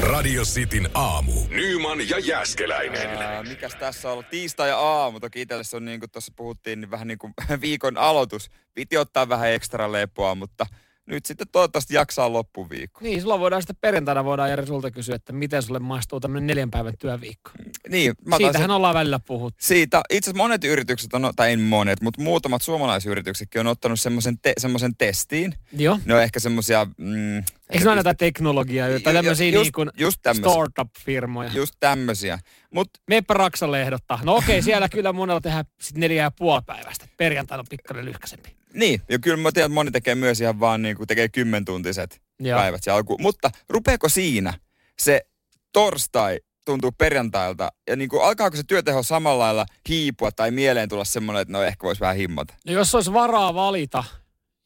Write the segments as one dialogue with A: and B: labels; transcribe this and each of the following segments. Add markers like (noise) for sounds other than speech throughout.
A: Radio Cityn aamu. Nyman ja Jäskeläinen.
B: Ää, mikäs tässä on ollut? Tiistai-aamu. Toki itselle se on niin kuin tuossa puhuttiin, niin vähän niin kuin (laughs) viikon aloitus. Piti ottaa vähän ekstra lepoa, mutta nyt sitten toivottavasti jaksaa loppuviikko.
C: Niin, silloin voidaan sitten perjantaina voidaan Jari sulta kysyä, että miten sulle maistuu tämmöinen neljän päivän työviikko.
B: Niin,
C: Mä
B: otan sen-
C: Siitähän ollaan välillä puhuttu.
B: Siitä, itse asiassa monet yritykset on, no, tai ei monet, mutta muutamat suomalaisyrityksetkin on ottanut semmoisen te, semmoisen testiin.
C: Joo.
B: Ne on ehkä semmoisia... Mm,
C: Eikö ne ole näitä teknologiaa
B: Ju-
C: tai tämmöisiä
B: ju-
C: niin kuin
B: just tämmöisiä.
C: startup-firmoja?
B: just tämmöisiä. Mutta
C: Meepä Raksalle ehdottaa. No okei, siellä kyllä monella tehdään sitten neljä ja puoli päivästä. Perjantaina on pikkainen lyhkäsempi.
B: niin, ja kyllä mä tiedän, että moni tekee myös ihan vaan niin kuin tekee kymmentuntiset
C: Joo.
B: päivät siellä alkuun. Mutta rupeeko siinä se torstai tuntuu perjantailta ja niin kuin alkaako se työteho samalla lailla hiipua tai mieleen tulla semmoinen, että no ehkä voisi vähän himmata.
C: No jos olisi varaa valita,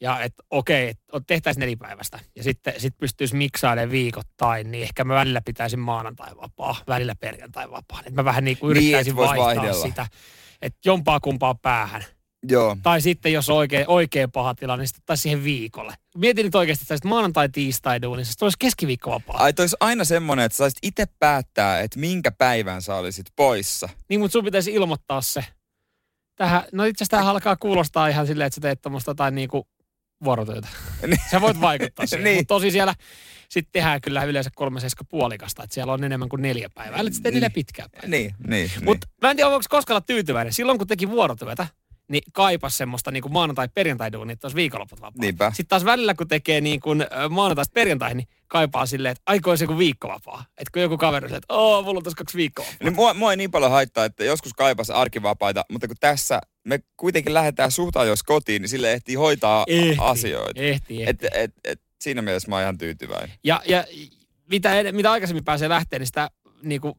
C: ja että okei, et on- tehtäisiin nelipäivästä, ja sitten sit pystyisi miksailemaan viikoittain, niin ehkä mä välillä pitäisin maanantai vapaa, välillä perjantai vapaa. Et mä vähän niin kuin
B: Niin,
C: yrittäisin
B: et vois
C: vaihtaa
B: vaihdella.
C: sitä, että jompaa kumpaa päähän.
B: Joo.
C: Tai sitten jos oikein, oikein paha tilanne, niin sitten ottaisi siihen viikolle. Mietin nyt oikeasti, että saisit maanantai, tiistai duunissa, sitten olisi keskiviikko vapaa.
B: Ai tois aina semmoinen, että saisit itse päättää, että minkä päivän sä olisit poissa.
C: Niin, mutta sun pitäisi ilmoittaa se. Tähän, no itse asiassa tämähän alkaa kuulostaa ihan silleen, että sä teet tuommoista jotain niinku vuorotyötä.
B: (laughs) Niin.
C: Sä voit vaikuttaa siihen.
B: Niin.
C: niin. Mutta tosi siellä sitten tehdään kyllä yleensä kolme seiska puolikasta, että siellä on enemmän kuin neljä päivää. Älä sitten neljä
B: Niin.
C: pitkää päivää.
B: Niin, niin.
C: Mut mä en tiedä, voiko koskaan olla tyytyväinen. Silloin kun teki vuorotyötä, niin kaipas semmoista niin kuin maanantai perjantai duunia, että olisi viikonloput vapaa.
B: niin. Niinpä.
C: Sitten taas välillä kun tekee niin kuin ö, maanantaista perjantaihin, niin kaipaa silleen, että aikoisi joku viikko vapaa. Että kun joku kaveri sanoo, että oo, mulla on tässä kaksi viikkoa vapaa.
B: Niin mua, mua ei niin paljon haittaa, että joskus kaipas arkivapaita, mutta kun tässä me kuitenkin lähdetään suhtaan jos kotiin, niin sille ehtii hoitaa
C: Ehtii,
B: asioita.
C: Ehtii, ehtii.
B: Et, et, et, siinä mielessä mä oon ihan tyytyväinen.
C: Ja, ja mitä, en- mitä aikaisemmin pääsee lähteen, niin sitä niin kuin,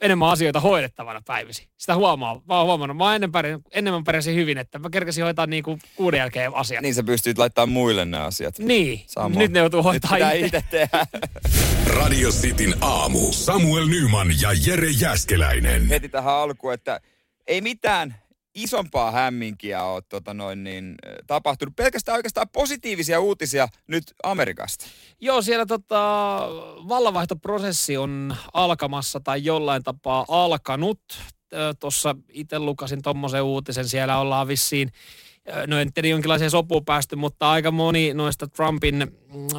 C: enemmän asioita hoidettavana päivisi. Sitä huomaa. Mä oon huomannut. Mä oon ennen, pärjän, enemmän pärjäsin hyvin, että mä kerkesin hoitaa niin kuin kuuden jälkeen asiat.
B: Niin sä pystyt laittamaan muille nämä asiat.
C: Niin.
B: Samoin.
C: Nyt ne joutuu
B: Nyt
C: hoitaa
B: pitää
C: itse.
B: itse tehdä. (laughs)
A: Radio Cityn aamu. Samuel Nyman ja Jere Jäskeläinen.
B: Heti tähän alkuun, että ei mitään isompaa hämminkiä ole tota noin, niin, äh, tapahtunut. Pelkästään oikeastaan positiivisia uutisia nyt Amerikasta.
C: Joo, siellä tota, vallanvaihtoprosessi on alkamassa tai jollain tapaa alkanut. Tuossa itse lukasin tuommoisen uutisen, siellä ollaan vissiin, ö, no en tiedä jonkinlaiseen sopuun päästy, mutta aika moni noista Trumpin mm,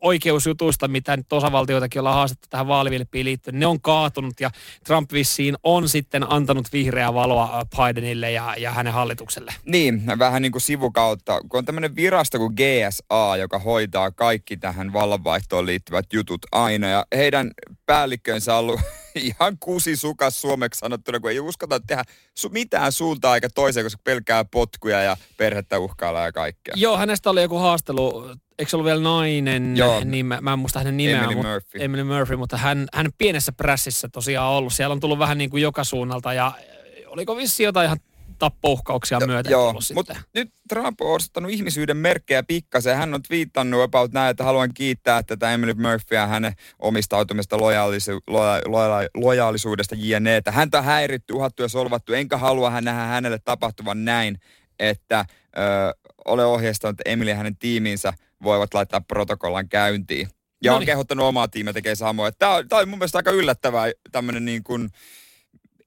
C: oikeusjutuista, mitä nyt osavaltioitakin ollaan haastettu tähän vaalivilppiin liittyen, ne on kaatunut ja Trump vissiin on sitten antanut vihreää valoa ö, Bidenille ja, ja hänen hallitukselle.
B: Niin, vähän niin kuin sivukautta. Kun on tämmöinen virasto kuin GSA, joka hoitaa kaikki tähän vallanvaihtoon liittyvät jutut aina. Ja heidän päällikkönsä on ollut (laughs) ihan kusisukas suomeksi sanottuna, kun ei uskota tehdä su- mitään suuntaa eikä toiseen, koska pelkää potkuja ja perhettä uhkailla ja kaikkea.
C: Joo, hänestä oli joku haastelu, eikö se ollut vielä nainen,
B: Joo.
C: Joo. Niin mä, mä en muista hänen nimeään.
B: Emily
C: mut-
B: Murphy.
C: Emily Murphy, mutta hän, hän pienessä prässissä tosiaan ollut. Siellä on tullut vähän niin kuin joka suunnalta ja eh, oliko vissi jotain ihan tappouhkauksia myöten tullut
B: mutta
C: sitten.
B: nyt Trump on osoittanut ihmisyyden merkkejä pikkasen. Hän on twiittannut about näin, että haluan kiittää tätä Emily Murphyä hänen omistautumista lojaalisu, loja, loja, lojaalisuudesta JNE. E. Häntä on häiritty, uhattu ja solvattu, enkä halua hän nähdä hänelle tapahtuvan näin, että ö, ole ohjeistanut, että Emily ja hänen tiiminsä voivat laittaa protokollan käyntiin. Ja on
C: Noniin.
B: kehottanut omaa tiimiä tekee samoin. Tämä on, tää on mun mielestä aika yllättävää tämmöinen niin kuin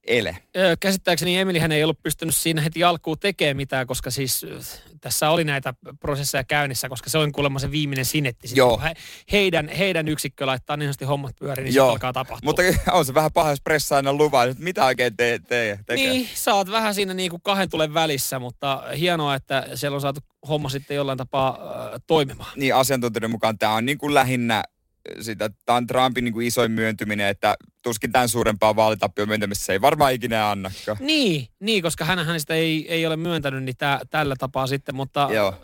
B: ele.
C: Ö, Käsittääkseni Emily hän ei ollut pystynyt siinä heti alkuun tekemään mitään, koska siis äh, tässä oli näitä prosesseja käynnissä, koska se on kuulemma se viimeinen sinetti. Sitten
B: Joo.
C: kun He, heidän, heidän yksikkö laittaa niin sanotusti hommat pyöriin, niin
B: Joo.
C: sitten alkaa tapahtua.
B: Mutta (laughs) on se vähän paha, jos pressaa aina luvan, että mitä oikein te, te, tekee.
C: Niin, sä oot vähän siinä niinku kahden tulen välissä, mutta hienoa, että siellä on saatu homma sitten jollain tapaa äh, toimimaan.
B: niin asiantuntijoiden mukaan tämä on niin kuin lähinnä sitä, tämä on Trumpin niin kuin isoin myöntyminen, että tuskin tämän suurempaa vaalitappion myöntämistä se ei varmaan ikinä annakaan.
C: Niin, niin koska hän sitä ei, ei ole myöntänyt niin tää, tällä tapaa sitten, mutta äh,
B: Joo.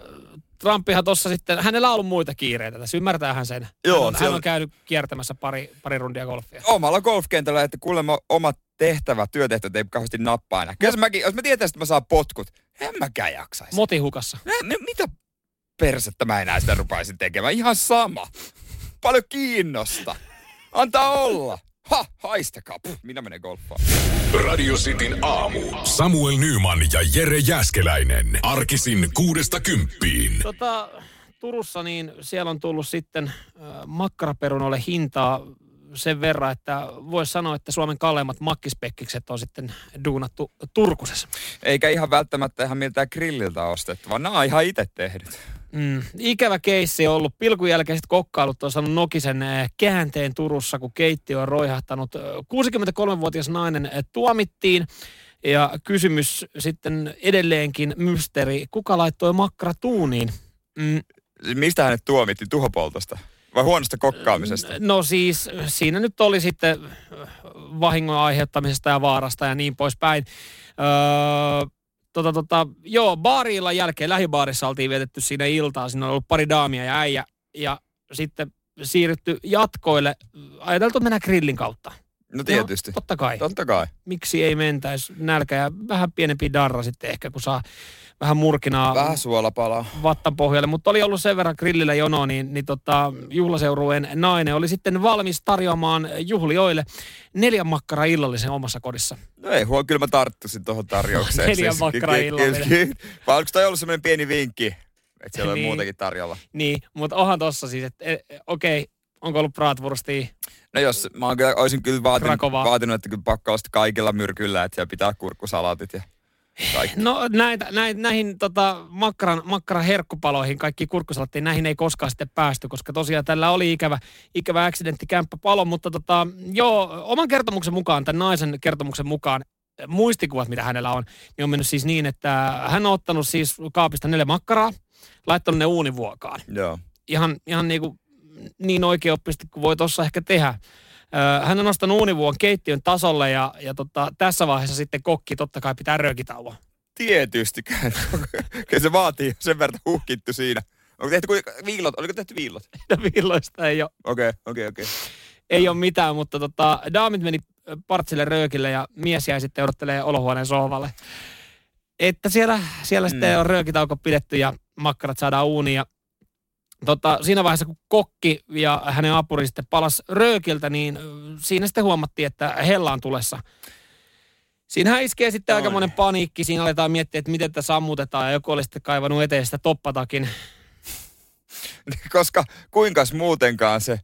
C: Trumpihan tuossa sitten, hänellä on ollut muita kiireitä tässä, ymmärtäähän sen.
B: Joo,
C: hän, on, hän
B: siellä-
C: on käynyt kiertämässä pari, pari rundia golfia.
B: Omalla golfkentällä, että kuulemma omat tehtävät, työtehtävät ei kauheasti nappaa enää. Kyllä jos mäkin, jos mä tietäisin, että mä saan potkut, en mäkään jaksaisi.
C: Motihukassa.
B: Nä- mi- mitä persettä mä enää sitä rupaisin tekemään? Ihan sama. Paljon kiinnosta. Antaa olla. Ha, haistakaa. Puh, minä menen golfaan.
A: Radio Cityn aamu. Samuel Nyman ja Jere Jäskeläinen. Arkisin kuudesta kymppiin.
C: Tota, Turussa niin siellä on tullut sitten äh, makkaraperunolle hintaa sen verran, että voisi sanoa, että Suomen kalleimmat makkispekkikset on sitten duunattu Turkusessa.
B: Eikä ihan välttämättä ihan miltään grilliltä ostettu, vaan nämä on ihan itse tehdyt.
C: Mm, ikävä keissi on ollut. Pilkun jälkeiset kokkailut on saanut Nokisen eh, käänteen Turussa, kun keittiö on roihahtanut. Eh, 63-vuotias nainen eh, tuomittiin. Ja kysymys sitten edelleenkin mysteeri. Kuka laittoi makkara tuuniin? Mm,
B: Siis Mistä hänet tuomittiin? Tuhopoltosta? Vai huonosta kokkaamisesta?
C: No siis siinä nyt oli sitten vahingon aiheuttamisesta ja vaarasta ja niin poispäin. Öö, tota, tota, joo, baarilla jälkeen, lähibaarissa oltiin vietetty siinä iltaa. Siinä on ollut pari daamia ja äijä. Ja sitten siirrytty jatkoille. Ajateltu mennä grillin kautta.
B: No tietysti.
C: No, totta kai.
B: Totta kai.
C: Miksi ei mentäisi nälkä ja vähän pienempi darra sitten ehkä, kun saa vähän murkinaa
B: Vähän suolapalaa.
C: vattan pohjalle, mutta oli ollut sen verran grillillä jono, niin, niin tota, juhlaseurueen nainen oli sitten valmis tarjoamaan juhlioille neljän makkara illallisen omassa kodissa.
B: No ei huo, kyllä mä tarttuisin tuohon tarjoukseen. Siis
C: Neljän makkaraa illalla.
B: Vai oliko toi ollut semmoinen pieni vinkki, että siellä oli
C: Niin.
B: muutakin tarjolla?
C: Niin, mutta onhan tossa siis, että e, okei, onko ollut bratwurstia?
B: No jos, mä oon kyllä, olisin kyllä vaatinut,
C: Krakovaa.
B: vaatinut että kyllä pakko olla sitten kaikilla myrkyllä, että siellä pitää olla kurkkusalaatit ja kaikki.
C: No näitä, näitä, näihin tota, makkaran, makkaran herkkupaloihin, kaikki kurkkusalattiin, näihin ei koskaan sitten päästy, koska tosiaan tällä oli ikävä, ikävä accidentti kämppäpalo, mutta tota, joo, oman kertomuksen mukaan, tämän naisen kertomuksen mukaan, äh, muistikuvat, mitä hänellä on, niin on mennyt siis niin, että hän on ottanut siis kaapista neljä makkaraa, laittanut ne uunivuokaan
B: Joo.
C: ihan, ihan niin, kuin, niin oikeoppisesti kuin voi tuossa ehkä tehdä. Öö, Hän on nostanut uunivuon keittiön tasolle ja, ja tota, tässä vaiheessa sitten kokki totta kai pitää röökitauon.
B: Tietysti. (laughs) kyllä se vaatii sen verran huhkittu siinä. Onko tehty kuinka, viillot? Oliko tehty viillot?
C: No villoista ei ole,
B: Okei, okei, okei.
C: ei ole mitään, mutta tota, daamit meni partsille röökille ja mies jäi sitten odottelee olohuoneen sohvalle. Että siellä, siellä sitten
B: Mm.
C: on röökitauko pidetty ja makkarat saadaan uuniin. Ja, tota, siinä vaiheessa, kun kokki ja hänen apuri sitten palas röökiltä, niin ö, siinä sitten huomattiin, että hella on tulessa. Siinähän iskee sitten
B: Oi.
C: aikamoinen paniikki. Siinä aletaan miettiä, että miten tätä sammutetaan. Ja joku oli sitten kaivannut eteen sitä toppatakin.
B: (laughs) Koska kuinkas muutenkaan se,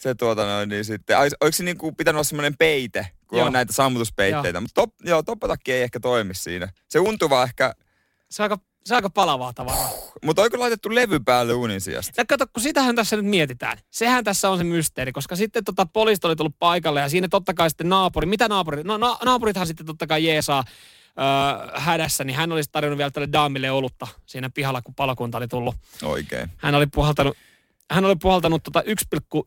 B: se tuota noin, niin sitten, ai, oliko se niin kuin pitänyt olla semmoinen peite, kun
C: Joo.
B: on näitä sammutuspeitteitä, mutta top, joo, toppatakki ei ehkä toimi siinä. Se untuva ehkä,
C: Se on aika, se on aika palavaa tavaraa.
B: mutta oiko laitettu levy päälle unin sijasta?
C: Ja kato, kun sitähän tässä nyt mietitään. Sehän tässä on se mysteeri, koska sitten tota, poliisit oli tullut paikalle ja siinä totta kai sitten naapuri, mitä naapuri, no na, naapurithan sitten totta kai jeesaa öö, hädässä, niin hän olisi tarjonnut vielä tälle daamille olutta siinä pihalla, kun palokunta oli tullut.
B: Oikein.
C: Hän oli puhaltanut, hän oli puhaltanut tota 1,94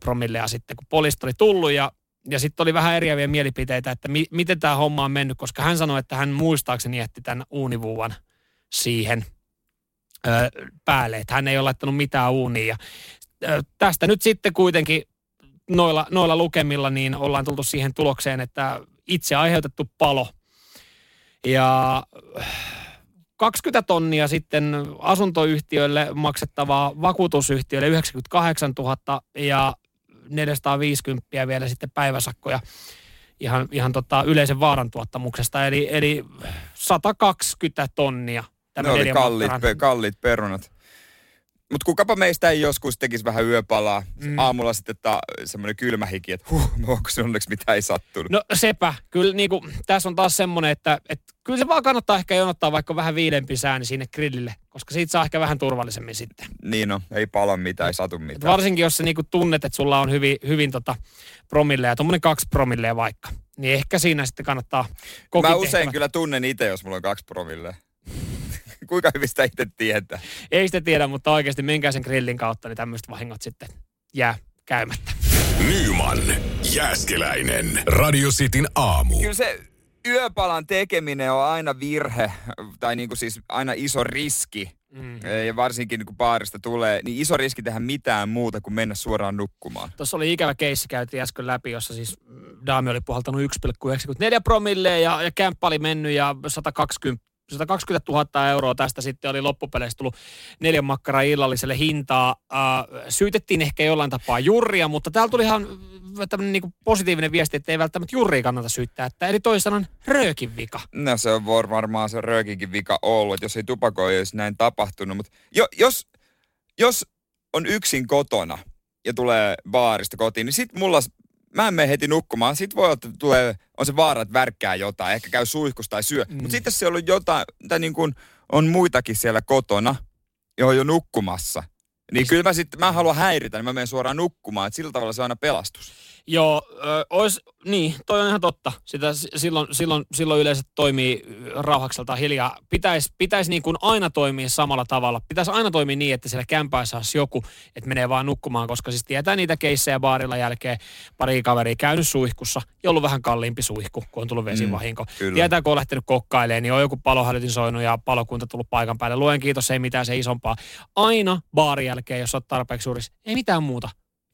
C: promillea sitten, kun poliisit oli tullut ja ja sitten oli vähän eriäviä mielipiteitä, että mi- miten tämä homma on mennyt, koska hän sanoi, että hän muistaakseni jätti tämän uunivuuan siihen ö, päälle, että hän ei ole laittanut mitään uunia. Ja, ö, tästä nyt sitten kuitenkin noilla, noilla lukemilla niin ollaan tultu siihen tulokseen, että itse aiheutettu palo. Ja ö, 20 tonnia sitten asuntoyhtiöille maksettavaa vakuutusyhtiöille 98 000 ja 450 vielä sitten päiväsakkoja ihan, ihan tota yleisen vaarantuottamuksesta. Eli, eli 120 tonnia. tämä
B: ne oli
C: neljän
B: kalliit,
C: makkaran.
B: pe- kalliit perunat. Mutta kukapa meistä ei joskus tekisi vähän yöpalaa.
C: Mm.
B: Mm. Aamulla sitten ta, semmoinen kylmä hiki, että huh, onko onneksi mitään ei sattunut.
C: No sepä. Kyllä niin kuin, tässä on taas semmoinen, että, että kyllä se vaan kannattaa ehkä jonottaa vaikka vähän viidempi sääni sinne grillille, koska siitä saa ehkä vähän turvallisemmin sitten.
B: Niin on, ei pala mitään, ei satu
C: Et
B: mitään.
C: varsinkin jos sä niin kuin tunnet, että sulla on hyvin, hyvin tota promilleja, tuommoinen kaksi promilleja vaikka, niin ehkä siinä sitten kannattaa kokin
B: Mä usein
C: tehtävä.
B: kyllä tunnen itse, jos mulla on kaksi promille. (laughs) Kuinka hyvin sitä itse tietää?
C: Ei sitä tiedä, mutta oikeasti menkää sen grillin kautta, niin tämmöiset vahingot sitten jää käymättä.
A: Nyman Jääskeläinen. Radio Cityn aamu.
B: Kyllä se yöpalan tekeminen on aina virhe, tai niinku siis aina iso riski.
C: Mm.
B: Ja varsinkin niin kun baarista tulee, niin iso riski tehdä mitään muuta kuin mennä suoraan nukkumaan.
C: Tuossa oli ikävä keissi, käytiin äsken läpi, jossa siis mm, daami oli puhaltanut 1,94 promille ja, ja kämppä oli mennyt ja 120, 120 000 euroa tästä sitten oli loppupeleissä tullut neljän makkaran illalliselle hintaa. Äh, syytettiin ehkä jollain tapaa jurria, mutta täällä tuli ihan tämmöinen niin positiivinen viesti, että ei välttämättä jurria kannata syyttää. Että, eli toisin sanoen röökin vika.
B: No se on var- varmaan se röökinkin vika ollut, että jos ei tupakoi, ei olisi näin tapahtunut. Mutta jo, jos jos on yksin kotona ja tulee baarista kotiin, niin sit mulla, mä en mene heti nukkumaan. Sit voi olla, että tulee, on se vaara, että värkkää jotain, ehkä käy suihkus tai syö. Mm. Mutta sitten jos siellä on jotain, tai niin kuin on muitakin siellä kotona, johon jo nukkumassa, niin kyllä mä sitten, mä haluan häiritä, niin mä menen suoraan nukkumaan, että sillä tavalla se on aina pelastus.
C: Joo, ö, ois, niin, toi on ihan totta. Sitä, s- silloin, silloin, silloin yleensä toimii rauhakselta hiljaa. Pitäisi pitäis niin kuin aina toimia samalla tavalla. Pitäisi aina toimia niin, että siellä kämpäässä olisi joku, että menee vaan nukkumaan, koska siis tietää niitä keissejä baarilla jälkeen. Pari kaveria käynyt suihkussa, ja ollut vähän kalliimpi suihku, kun on tullut vesivahinko.
B: kyllä.
C: Mm, tietää, kun on lähtenyt kokkailemaan, niin on joku palohälytin soinut ja palokunta tullut paikan päälle. Luen kiitos, ei mitään se isompaa. Aina baarin jälkeen, jos olet tarpeeksi suurissa, ei mitään muuta.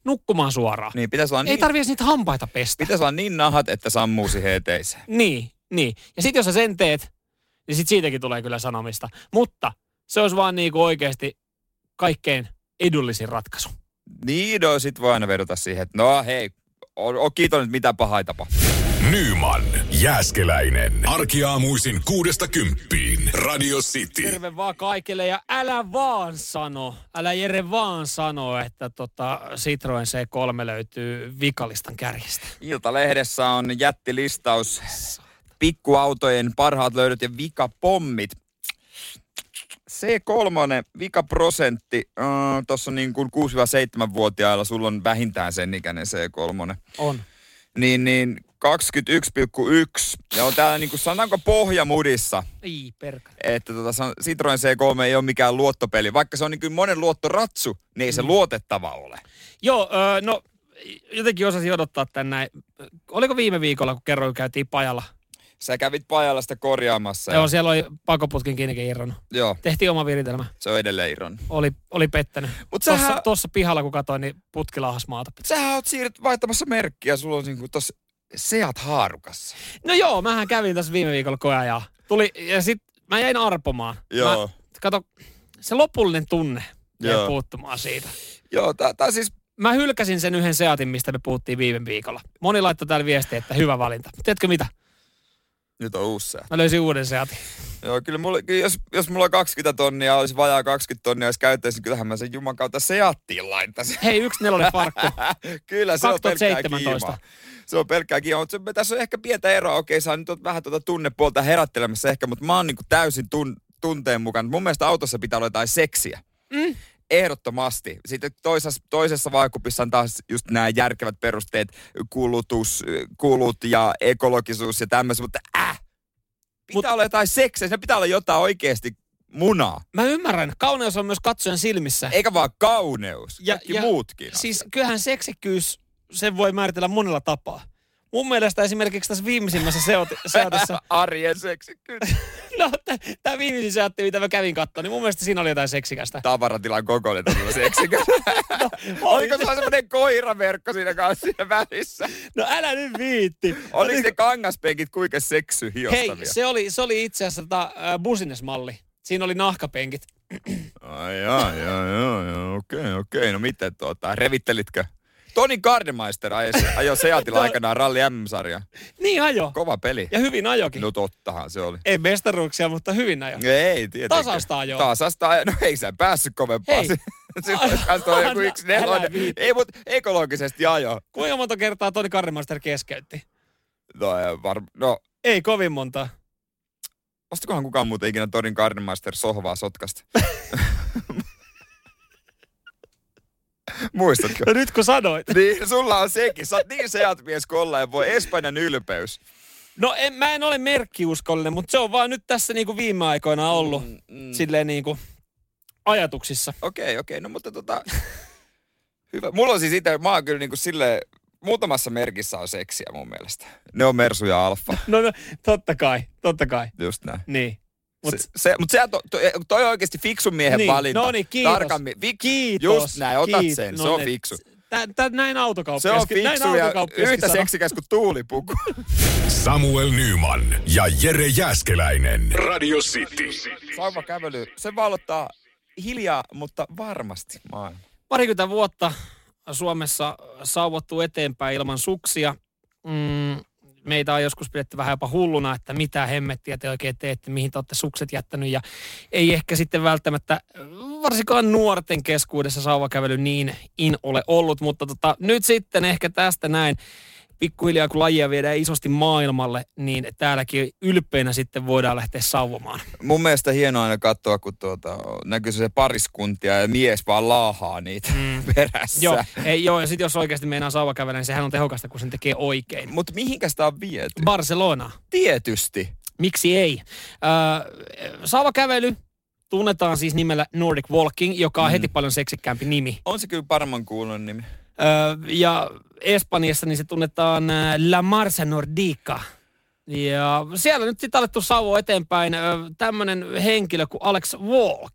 C: Nukkumaan suoraan.
B: Niin pitäisi olla,
C: Ei
B: niin,
C: tarvii edes niitä hampaita pestä.
B: pitäisi olla niin nahat, että sammuu siihen eteiseen.
C: Niin, niin. Ja sitten jos sä sen teet, niin sit siitäkin tulee kyllä sanomista. Mutta se olisi vaan niinku oikeasti kaikkein edullisin ratkaisu.
B: Niin, no sit voi aina vedota siihen, että no hei, on, on kiitollinen, että mitä pahaa ei tapahdu.
A: Nyman Jääskeläinen. Arkiaamuisin kuudesta kymppiin. Radio City.
C: Terve vaan kaikille ja älä vaan sano, älä Jere vaan sano, että tota Citroen C3 löytyy vikalistan kärjestä.
B: Iltalehdessä on jättilistaus pikkuautojen parhaat löydöt ja vikapommit. C3, vikaprosentti, mm, tuossa niin kuin 6-7-vuotiailla sulla on vähintään sen ikäinen C3,
C: On.
B: niin, niin 21,1. Ja on täällä niin kuin, sanotaanko pohjamudissa,
C: Ei perkele.
B: että tota, san- Citroen C3 ei ole mikään luottopeli. Vaikka se on niin kuin monen luottoratsu, niin ei se luotettava ole.
C: Joo, öö, no jotenkin osasin odottaa tän näin. Oliko viime viikolla, kun kerroin, käytiin pajalla?
B: Sä kävit pajalla sitä korjaamassa.
C: Joo,
B: ja,
C: siellä oli pakoputkin kiinnikin irronnut.
B: joo,
C: Tehtiin oma viritelmä.
B: se on edelleen irronnut.
C: oli, oli pettänyt.
B: Mut
C: Mut
B: sähän-
C: tuossa, tuossa pihalla kun katsoin, niin putki laahas maata.
B: sähän oot siirryt vaihtamassa merkkiä, sulla on niinku tos seat haarukassa.
C: No joo, mähän kävin tässä viime viikolla koja Tuli, ja sit mä jäin arpomaan.
B: Joo.
C: Mä, kato, se lopullinen tunne jäi
B: Joo.
C: puuttumaan siitä.
B: Joo, tää, tää siis,
C: Mä hylkäsin sen yhden Seatin, mistä me puhuttiin viime viikolla. Moni laittoi täällä viestiä, että hyvä valinta. Tiedätkö mitä?
B: nyt on uusi seat.
C: Mä löysin uuden Seatin.
B: Joo, kyllä mulla, kyllä jos, jos mulla on 20 tonnia, olisi vajaa 20 tonnia, olisi käyttäisi, niin kyllähän mä sen juman kautta seattiin laittaisin.
C: Hei, yksi nelonen farkku.
B: Kyllä, se on pelkkää
C: 2017.
B: kiimaa. Se on pelkkää kiimaa, mutta se, tässä on ehkä pientä eroa. Okei, sä nyt oot vähän tuota tunnepuolta herättelemässä ehkä, mutta mä oon niinku täysin tun, tunteen mukana. Mun mielestä autossa pitää olla jotain seksiä.
C: Mm.
B: Ehdottomasti. Sitten toisessa, toisessa vaakupissa on taas just nämä järkevät perusteet, kulutus, kulut ja ekologisuus ja tämmöiset, mutta äh! Pitää
C: Mut-
B: olla jotain seksiä, se pitää olla jotain oikeasti munaa.
C: Mä ymmärrän, kauneus on myös katsojan silmissä.
B: Eikä vaan kauneus, ja, kaikki ja, muutkin.
C: Siis kyllähän seksikkyys, sen voi määritellä monella tapaa. Mun mielestä esimerkiksi tässä viimeisimmässä Seoti- Seatissa
B: Arjen seksikkyys.
C: (laughs) No, tämä viimeisin seatti, mitä mä kävin katsoa, niin mun mielestä siinä oli jotain seksikästä.
B: tavaratilan kokoinen tämmöinen seksikäs.
C: (laughs)
B: Oliko sulla semmoinen koiraverkko siinä kanssa siinä välissä?
C: No älä nyt viitti.
B: Oliko ne kangaspenkit kuinka seksy
C: Hei,
B: hiostavia?
C: se oli, se oli itse asiassa tota, äh, businessmalli. Siinä oli nahkapenkit.
B: Ai jaa, jaa, jaa, jaa, okei, okei. No miten tuota, revittelitkö? Toni Gardemeister ajoi- ajoi Seatilla
C: (laughs) No.
B: aikanaan Ralli M-sarja.
C: Niin ajo.
B: Kova peli.
C: Ja hyvin ajokin.
B: No tottahan se oli.
C: Ei mestaruuksia, mutta hyvin ajo.
B: Ei, tietenkään.
C: Tasasta ajoa.
B: Tasasta ajoa. No ei sä päässyt kovempaa. (laughs)
C: Hei.
B: Silloin kanssa on joku
C: Anna,
B: yksi nelonen.
C: älä viitti.
B: Ei, mutta ekologisesti ajo.
C: Kuinka monta kertaa Toni Karrimaster keskeytti?
B: No, ei var... no
C: Ei kovin monta.
B: Ostikohan kukaan muuten ikinä Torin Gardenmeister sohvaa
C: (laughs)
B: sotkasta? Muistatko?
C: No nyt kun sanoit.
B: Niin, sulla on sekin. Sä oot niin seat mies kuin ollaan ja voi Espanjan ylpeys.
C: No en, mä en ole merkkiuskollinen, mutta se on vaan nyt tässä niinku viime aikoina ollut mm, mm. silleen niinku ajatuksissa.
B: Okei, okei. No mutta tota... Hyvä. Mulla on siis itse, mä oon kyllä niinku sille muutamassa merkissä on seksiä mun mielestä. Ne on Mersu ja Alfa.
C: No, no totta kai, totta kai.
B: Just näin.
C: Niin. Mut,
B: Mut se, se, mut se, to, to, toi on oikeasti fiksun miehen
C: Niin,
B: valinta.
C: no niin, kiitos.
B: Tarkammin. Vik,
C: Kiitos.
B: Just näin, otat
C: kiit- no
B: sen. se on fiksu.
C: Tää, tää, näin
B: Se on
C: autokauppiaskin. näin
B: fiksu ja
C: autokauppiaskin
B: yhtä
C: sanoo.
B: seksikäs kuin tuulipuku.
A: Samuel Nyman ja Jere Jääskeläinen. Radio City.
B: Sauvakävely, se valottaa hiljaa, mutta varmasti maailma.
C: Parikymmentä vuotta Suomessa sauvottu eteenpäin ilman suksia. Mm, meitä on joskus pidetty vähän jopa hulluna, että mitä hemmettiä te oikein teette, mihin te olette sukset jättänyt ja ei ehkä sitten välttämättä varsinkaan nuorten keskuudessa sauvakävely niin in ole ollut, mutta tota, nyt sitten ehkä tästä näin pikkuhiljaa, kun lajia viedään isosti maailmalle, niin täälläkin ylpeinä sitten voidaan lähteä sauvomaan.
B: Mun mielestä hienoa aina katsoa, kun tuota, näkyy se pariskuntia ja mies vaan laahaa niitä (laughs) mm. perässä.
C: Joo, ei, joo ja sitten jos oikeasti meinaa sauvakävellä, niin sehän on tehokasta, kun sen tekee oikein.
B: Mutta mihinkä sitä on viety?
C: Barcelona.
B: Tietysti.
C: Miksi ei? Äh, sauvakävely tunnetaan siis nimellä Nordic Walking, joka
B: Mhm.
C: on mm. heti paljon seksikkäämpi nimi.
B: On se kyllä paremman kuulon nimi.
C: Öö, ja Espanjassa niin se tunnetaan äh, La Marsa Nordica. Ja siellä nyt sitten alettu sauvo eteenpäin öö, tämmöinen henkilö kuin Alex Walk.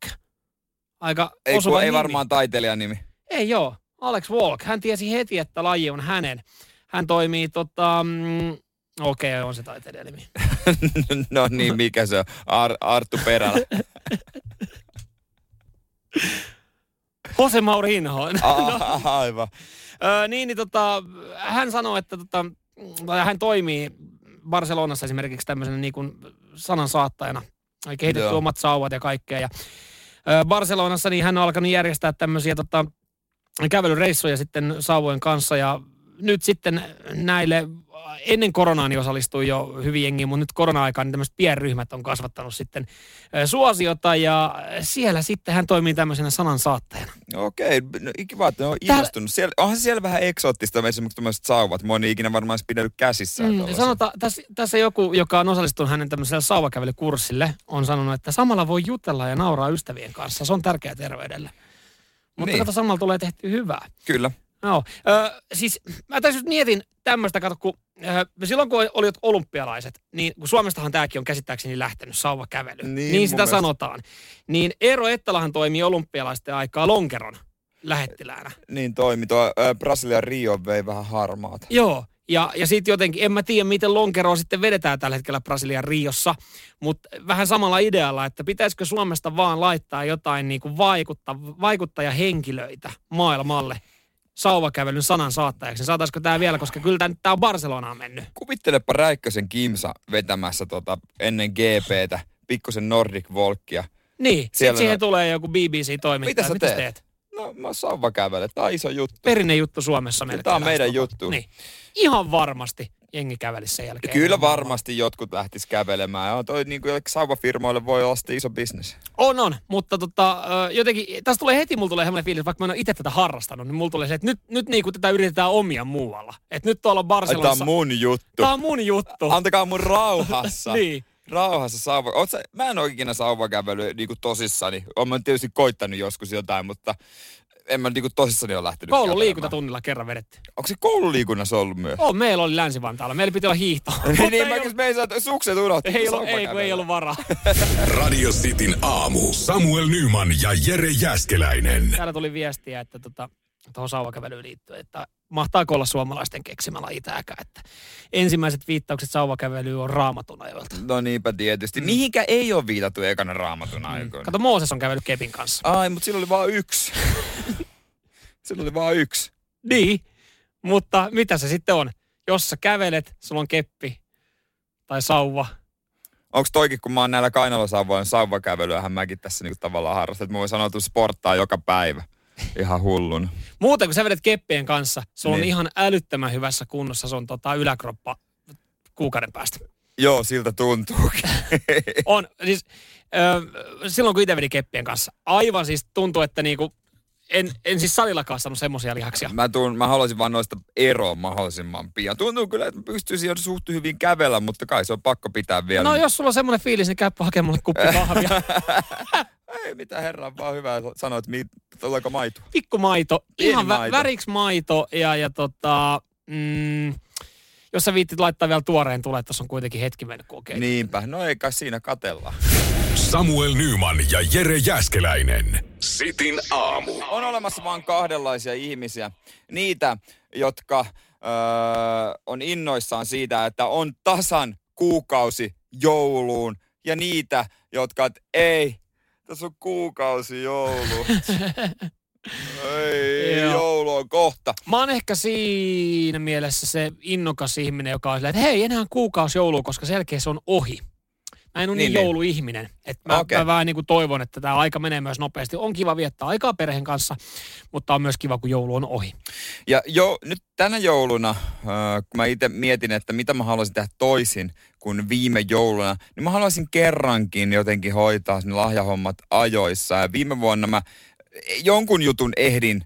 C: Aika
B: Ei,
C: osuva
B: kun, ei
C: nimi.
B: varmaan taiteilijan nimi. (laughs)
C: Ei joo, Alex Walk. Hän tiesi heti, että laji on hänen. Hän toimii tota... Mm, Okei, okay, on se taiteilijan nimi.
B: no niin, mikä se on? Ar- Arttu
C: (laughs)
B: Perälä.
C: Jose Maurinho.
B: A- aivan.
C: Öö, niin, niin tota, hän sanoi, että tota, tai hän toimii Barcelonassa esimerkiksi tämmöisenä niin kuin sanan saattajana. Kehitetty
B: Joo.
C: omat sauvat ja kaikkea. Ja, öö, Barcelonassa niin hän on alkanut järjestää tämmöisiä tota, kävelyreissuja sitten sauvojen kanssa ja nyt sitten näille, ennen koronaa niin osallistui jo hyvin jengiin, mutta nyt korona-aikaan niin tämmöiset pienryhmät on kasvattanut sitten ö, suosiota ja siellä sitten hän toimii tämmöisenä sanansaattajana.
B: Okei, no kiva, että ne on
C: Tää-
B: innostunut. Siellä, onhan siellä vähän eksoottista esimerkiksi tämmöiset sauvat. Moni ei ikinä varmaan olisi pidellyt käsissään.
C: Mm,
B: tollasia.
C: sanotaan, tässä, tässä joku, joka on osallistunut hänen tämmöiselle sauvakävelykurssille, on sanonut, että samalla voi jutella ja nauraa ystävien kanssa. Se on tärkeää terveydelle. Mutta
B: Niin.
C: niin. kato, samalla tulee tehty hyvää.
B: Kyllä.
C: No, ö, siis mä tässä nyt mietin tämmöistä, kato, kun ö, silloin kun oli jotkut olympialaiset, niin kun Suomestahan tämäkin on käsittääkseni lähtenyt sauvakävelyyn,
B: Niin,
C: niin,
B: mun
C: niin sitä
B: mielestä.
C: sanotaan. Niin Eero Ettalahan toimii olympialaisten aikaa lonkeron lähettiläänä.
B: Niin toimi. Tuo ö, Brasilian Rio vei vähän harmaata.
C: Joo, ja, ja sitten jotenkin, en mä tiedä miten lonkeroa sitten vedetään tällä hetkellä Brasilian Riossa, mutta vähän samalla idealla, että pitäisikö Suomesta vaan laittaa jotain niin kuin vaikutta, vaikuttajahenkilöitä maailmalle sauvakävelyn sanan saattajaksi. Niin Saataisiko tämä vielä, koska kyllä tämä nyt tää on Barcelonaan mennyt.
B: Kuvittelepa Räikkösen Kimsa vetämässä tota, ennen GPtä, pikkusen Nordic Volkia.
C: Niin,
B: Siellä
C: sitten siihen
B: on-
C: tulee joku BBC-toimittaja.
B: Mitä sä
C: Mitäs
B: teet? No mä sauvakävelen, tää on iso juttu.
C: Perinne juttu Suomessa meille.
B: Tää on meidän
C: lähestulkoon.
B: juttu.
C: Niin. Ihan varmasti jengi kävelisi sen jälkeen.
B: Kyllä varmasti jotkut lähtis kävelemään. Ja toi niin kuin sauvafirmoille voi olla sitten iso bisnes.
C: On, on, mutta tota, ö, jotenkin, tässä tulee heti, mulla tulee semmoinen fiilis, vaikka mä en ole itse tätä harrastanut, niin mulla tulee se, että nyt, nyt niinku tätä yritetään omia muualla. Että nyt tuolla
B: Ai, Tää
C: Barcelonassa,
B: on mun juttu.
C: tää on mun juttu.
B: Antakaa mun rauhassa.
C: (laughs) Niin.
B: Rauhassa sauva. Oot sä, mä en ole ikinä sauvakävely niin kuin tosissani. Oon mä tietysti koittanut joskus jotain, mutta en mä niin kuin tosissani ole lähtenyt
C: Koulun
B: kävelemään.
C: liikuntatunnilla kerran vedettiin.
B: Onko se koululiikunnassa ollut myös?
C: Oh, meillä oli Länsi-Vantaalla, meillä piti olla hiihtoa.
B: (laughs) niin,
C: Mutta
B: niin,
C: ei
B: mä
C: ollut-
B: me ei saa, sukset unohtiin.
C: ei ollut, ei, kun ei ollut
B: (laughs)
C: varaa.
A: Radio Cityn aamu. Samuel Nyman ja Jere Jäskeläinen.
C: Täällä tuli viestiä, että tota, tuohon sauvakävelyyn liittyen, että mahtaako olla suomalaisten keksimällä itäkään, että ensimmäiset viittaukset sauvakävelyyn on raamatun ajoilta.
B: No niinpä tietysti. Mm. Mihinkä ei ole viitattu ekana raamatun aikoina?
C: Mm. Kato, Mooses on kävellyt kepin kanssa.
B: Ai, mutta sillä oli vaan yksi. (laughs) sillä oli vaan yksi.
C: Niin, mutta mitä se sitten on? Jos sä kävelet, sulla on keppi tai sauva.
B: Onko toikin, kun mä oon näillä kainalasauvojen sauvakävelyähän mäkin tässä niinku tavallaan harrastan. Että mä voin sanoa, että sporttaa joka päivä. Ihan hullun.
C: Muuten kun sä vedät keppien kanssa, sulla niin.
B: Niin.
C: on ihan älyttömän hyvässä kunnossa sun tota, yläkroppa kuukauden päästä.
B: Joo, siltä tuntuukin.
C: On, siis ö, silloin kun itse vedin keppien kanssa, aivan siis tuntuu, että niinku, en, en siis salillakaan saanut semmoisia lihaksia.
B: (laughs) mä, tuun, mä haluaisin vaan noista eroon mahdollisimman pian. Tuntuu kyllä, että mä pystyisin jo suht hyvin kävellä, mutta kai se on pakko pitää vielä.
C: No jos sulla on semmoinen fiilis, niin käypä hakemaan mulle (laughs) kuppi kahvia.
B: Ei mitään herran, vaan hyvä sanoa, että mi- tuleeko maitua.
C: pikkumaito,
B: Pieni
C: ihan vä-
B: maito.
C: väriksi maito ja, ja tota, mm, jos sä viittit laittaa vielä tuoreen tulet, tuossa on kuitenkin hetki mennyt kokeilemaan. Niin.
B: Niinpä, no ei kai siinä katella.
A: Samuel Nyman ja Jere Jäskeläinen. Sitin aamu.
B: On olemassa vaan kahdenlaisia ihmisiä. Niitä, jotka öö, on innoissaan siitä, että on tasan kuukausi jouluun. Ja niitä, jotka, et, ei, tässä on kuukausi joulu. ei,
C: Joo.
B: joulu on kohta.
C: Mä oon ehkä siinä mielessä se innokas ihminen, joka on silleen, että hei, enää kuukausi joulua, koska selkeä se on ohi. Mä en ole niin,
B: Niin, niin.
C: niin jouluihminen. Et mä,
B: Okei.
C: okay. mä vähän niin kuin toivon, että tämä aika menee myös nopeasti. On kiva viettää aikaa perheen kanssa, mutta on myös kiva, kun joulu on ohi.
B: Ja jo, nyt tänä jouluna, äh, kun mä itse mietin, että mitä mä haluaisin tehdä toisin kuin viime jouluna, niin mä haluaisin kerrankin jotenkin hoitaa ne lahjahommat ajoissa. Ja viime vuonna mä eh, jonkun jutun ehdin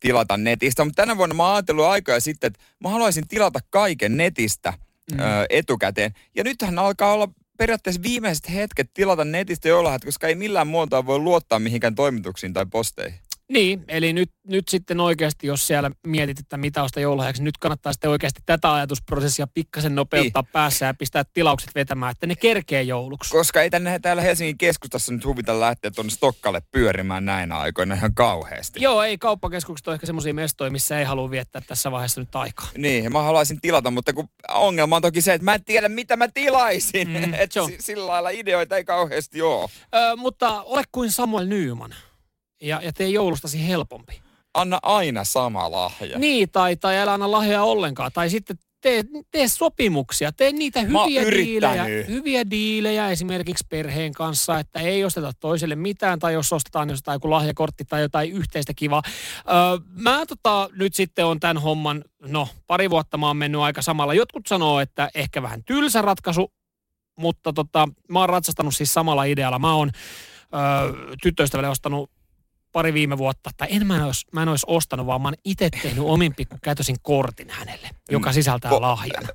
B: tilata netistä, mutta tänä vuonna mä oon ajatellut aikoja sitten, että mä haluaisin tilata kaiken netistä mm.
C: Mm.
B: ö, etukäteen. Ja nythän alkaa olla periaatteessa viimeiset hetket tilata netistä jollain, koska ei millään muotoa voi luottaa mihinkään toimituksiin tai posteihin.
C: Niin, eli nyt, nyt sitten oikeasti, jos siellä mietit, että mitä on sitä joululahjaksi, niin nyt kannattaa sitten oikeasti tätä ajatusprosessia pikkasen nopeuttaa niin. päässä ja pistää tilaukset vetämään, että ne kerkee jouluksi.
B: Koska ei tänne täällä Helsingin keskustassa nyt huvita lähteä tuonne Stokkalle pyörimään näinä aikoina ihan kauheasti.
C: Joo, ei kauppakeskukset ole ehkä semmoisia mestoja, missä ei halua viettää tässä vaiheessa nyt aikaa.
B: Niin, mä haluaisin tilata, mutta kun ongelma on toki se, että mä en tiedä mitä mä tilaisin. Mm,
C: Mm,
B: (laughs) Et
C: se on.
B: si- sillä lailla ideoita ei kauheasti ole.
C: Ö, mutta ole kuin Samuel Nyyman ja, ja tee joulustasi helpompi.
B: Anna aina sama lahja.
C: Niin, tai, tai älä anna lahjoja ollenkaan. Tai sitten tee, tee sopimuksia, tee niitä
B: Mä oon
C: hyviä diilejä,
B: yrittänyt.
C: hyviä diilejä esimerkiksi perheen kanssa, että ei osteta toiselle mitään, tai jos ostetaan jostain joku lahjakortti tai jotain yhteistä kivaa. Öö, mä tota, nyt sitten on tämän homman, no pari vuotta mä oon mennyt aika samalla. Jotkut sanoo, että ehkä vähän tylsä ratkaisu, mutta tota, mä oon ratsastanut siis samalla idealla. Mä oon öö, tyttöystävälle ostanut pari viime vuotta, tai en mä, en ois, mä en ois ostanut, vaan mä oon itse tehnyt omin pikkukätösin kortin hänelle, joka sisältää
B: po-
C: lahjan.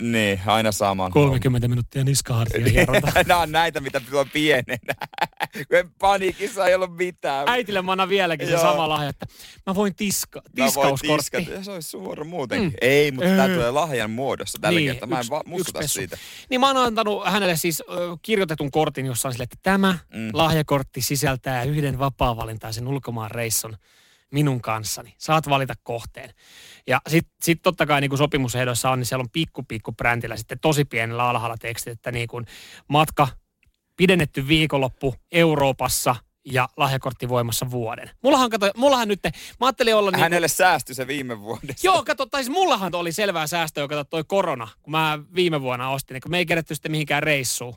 B: niin aina saman.
C: 30 minuuttia
B: Niin.
C: niskahartia hieronta.
B: (laughs) Nämä on näitä, mitä tuo pienenä. (laughs) Kun en paniikissa ei ollut mitään.
C: (laughs) Äitille mä annan vieläkin se
B: Joo.
C: sama lahja, että mä voin tiska,
B: Mä voin
C: tiskauskortti.
B: tiskata. Ja Se olisi suora muutenkin. Mm. Ei, mutta tämä
C: Öö.
B: tulee lahjan muodossa tällä
C: Niin,
B: kertaa. Mä en
C: yksi-
B: va-
C: yksi
B: muistuta
C: pessu.
B: siitä.
C: Niin mä oon antanut hänelle siis ö, kirjoitetun kortin, jossa on sille, että tämä
B: Mm.
C: mm. lahjakortti sisältää yhden vapaa-valintaisen ulkomaanreissun minun kanssani. Saat valita kohteen. Ja sitten sit totta kai niin kuin sopimusehdoissa on, niin siellä on pikku pikku brändillä sitten tosi pienellä alhaalla teksti, että niin kuin matka, pidennetty viikonloppu Euroopassa ja lahjakortti voimassa vuoden. Mullahan, kato, mullahan nyt, mä ajattelin olla niin kuin-
B: Hänelle säästyi se viime vuodesta.
C: Joo, kato, tai siis mullahan oli selvää säästöä, kato toi korona, kun mä viime vuonna ostin, niin kun me ei kerätty sitten mihinkään reissuun,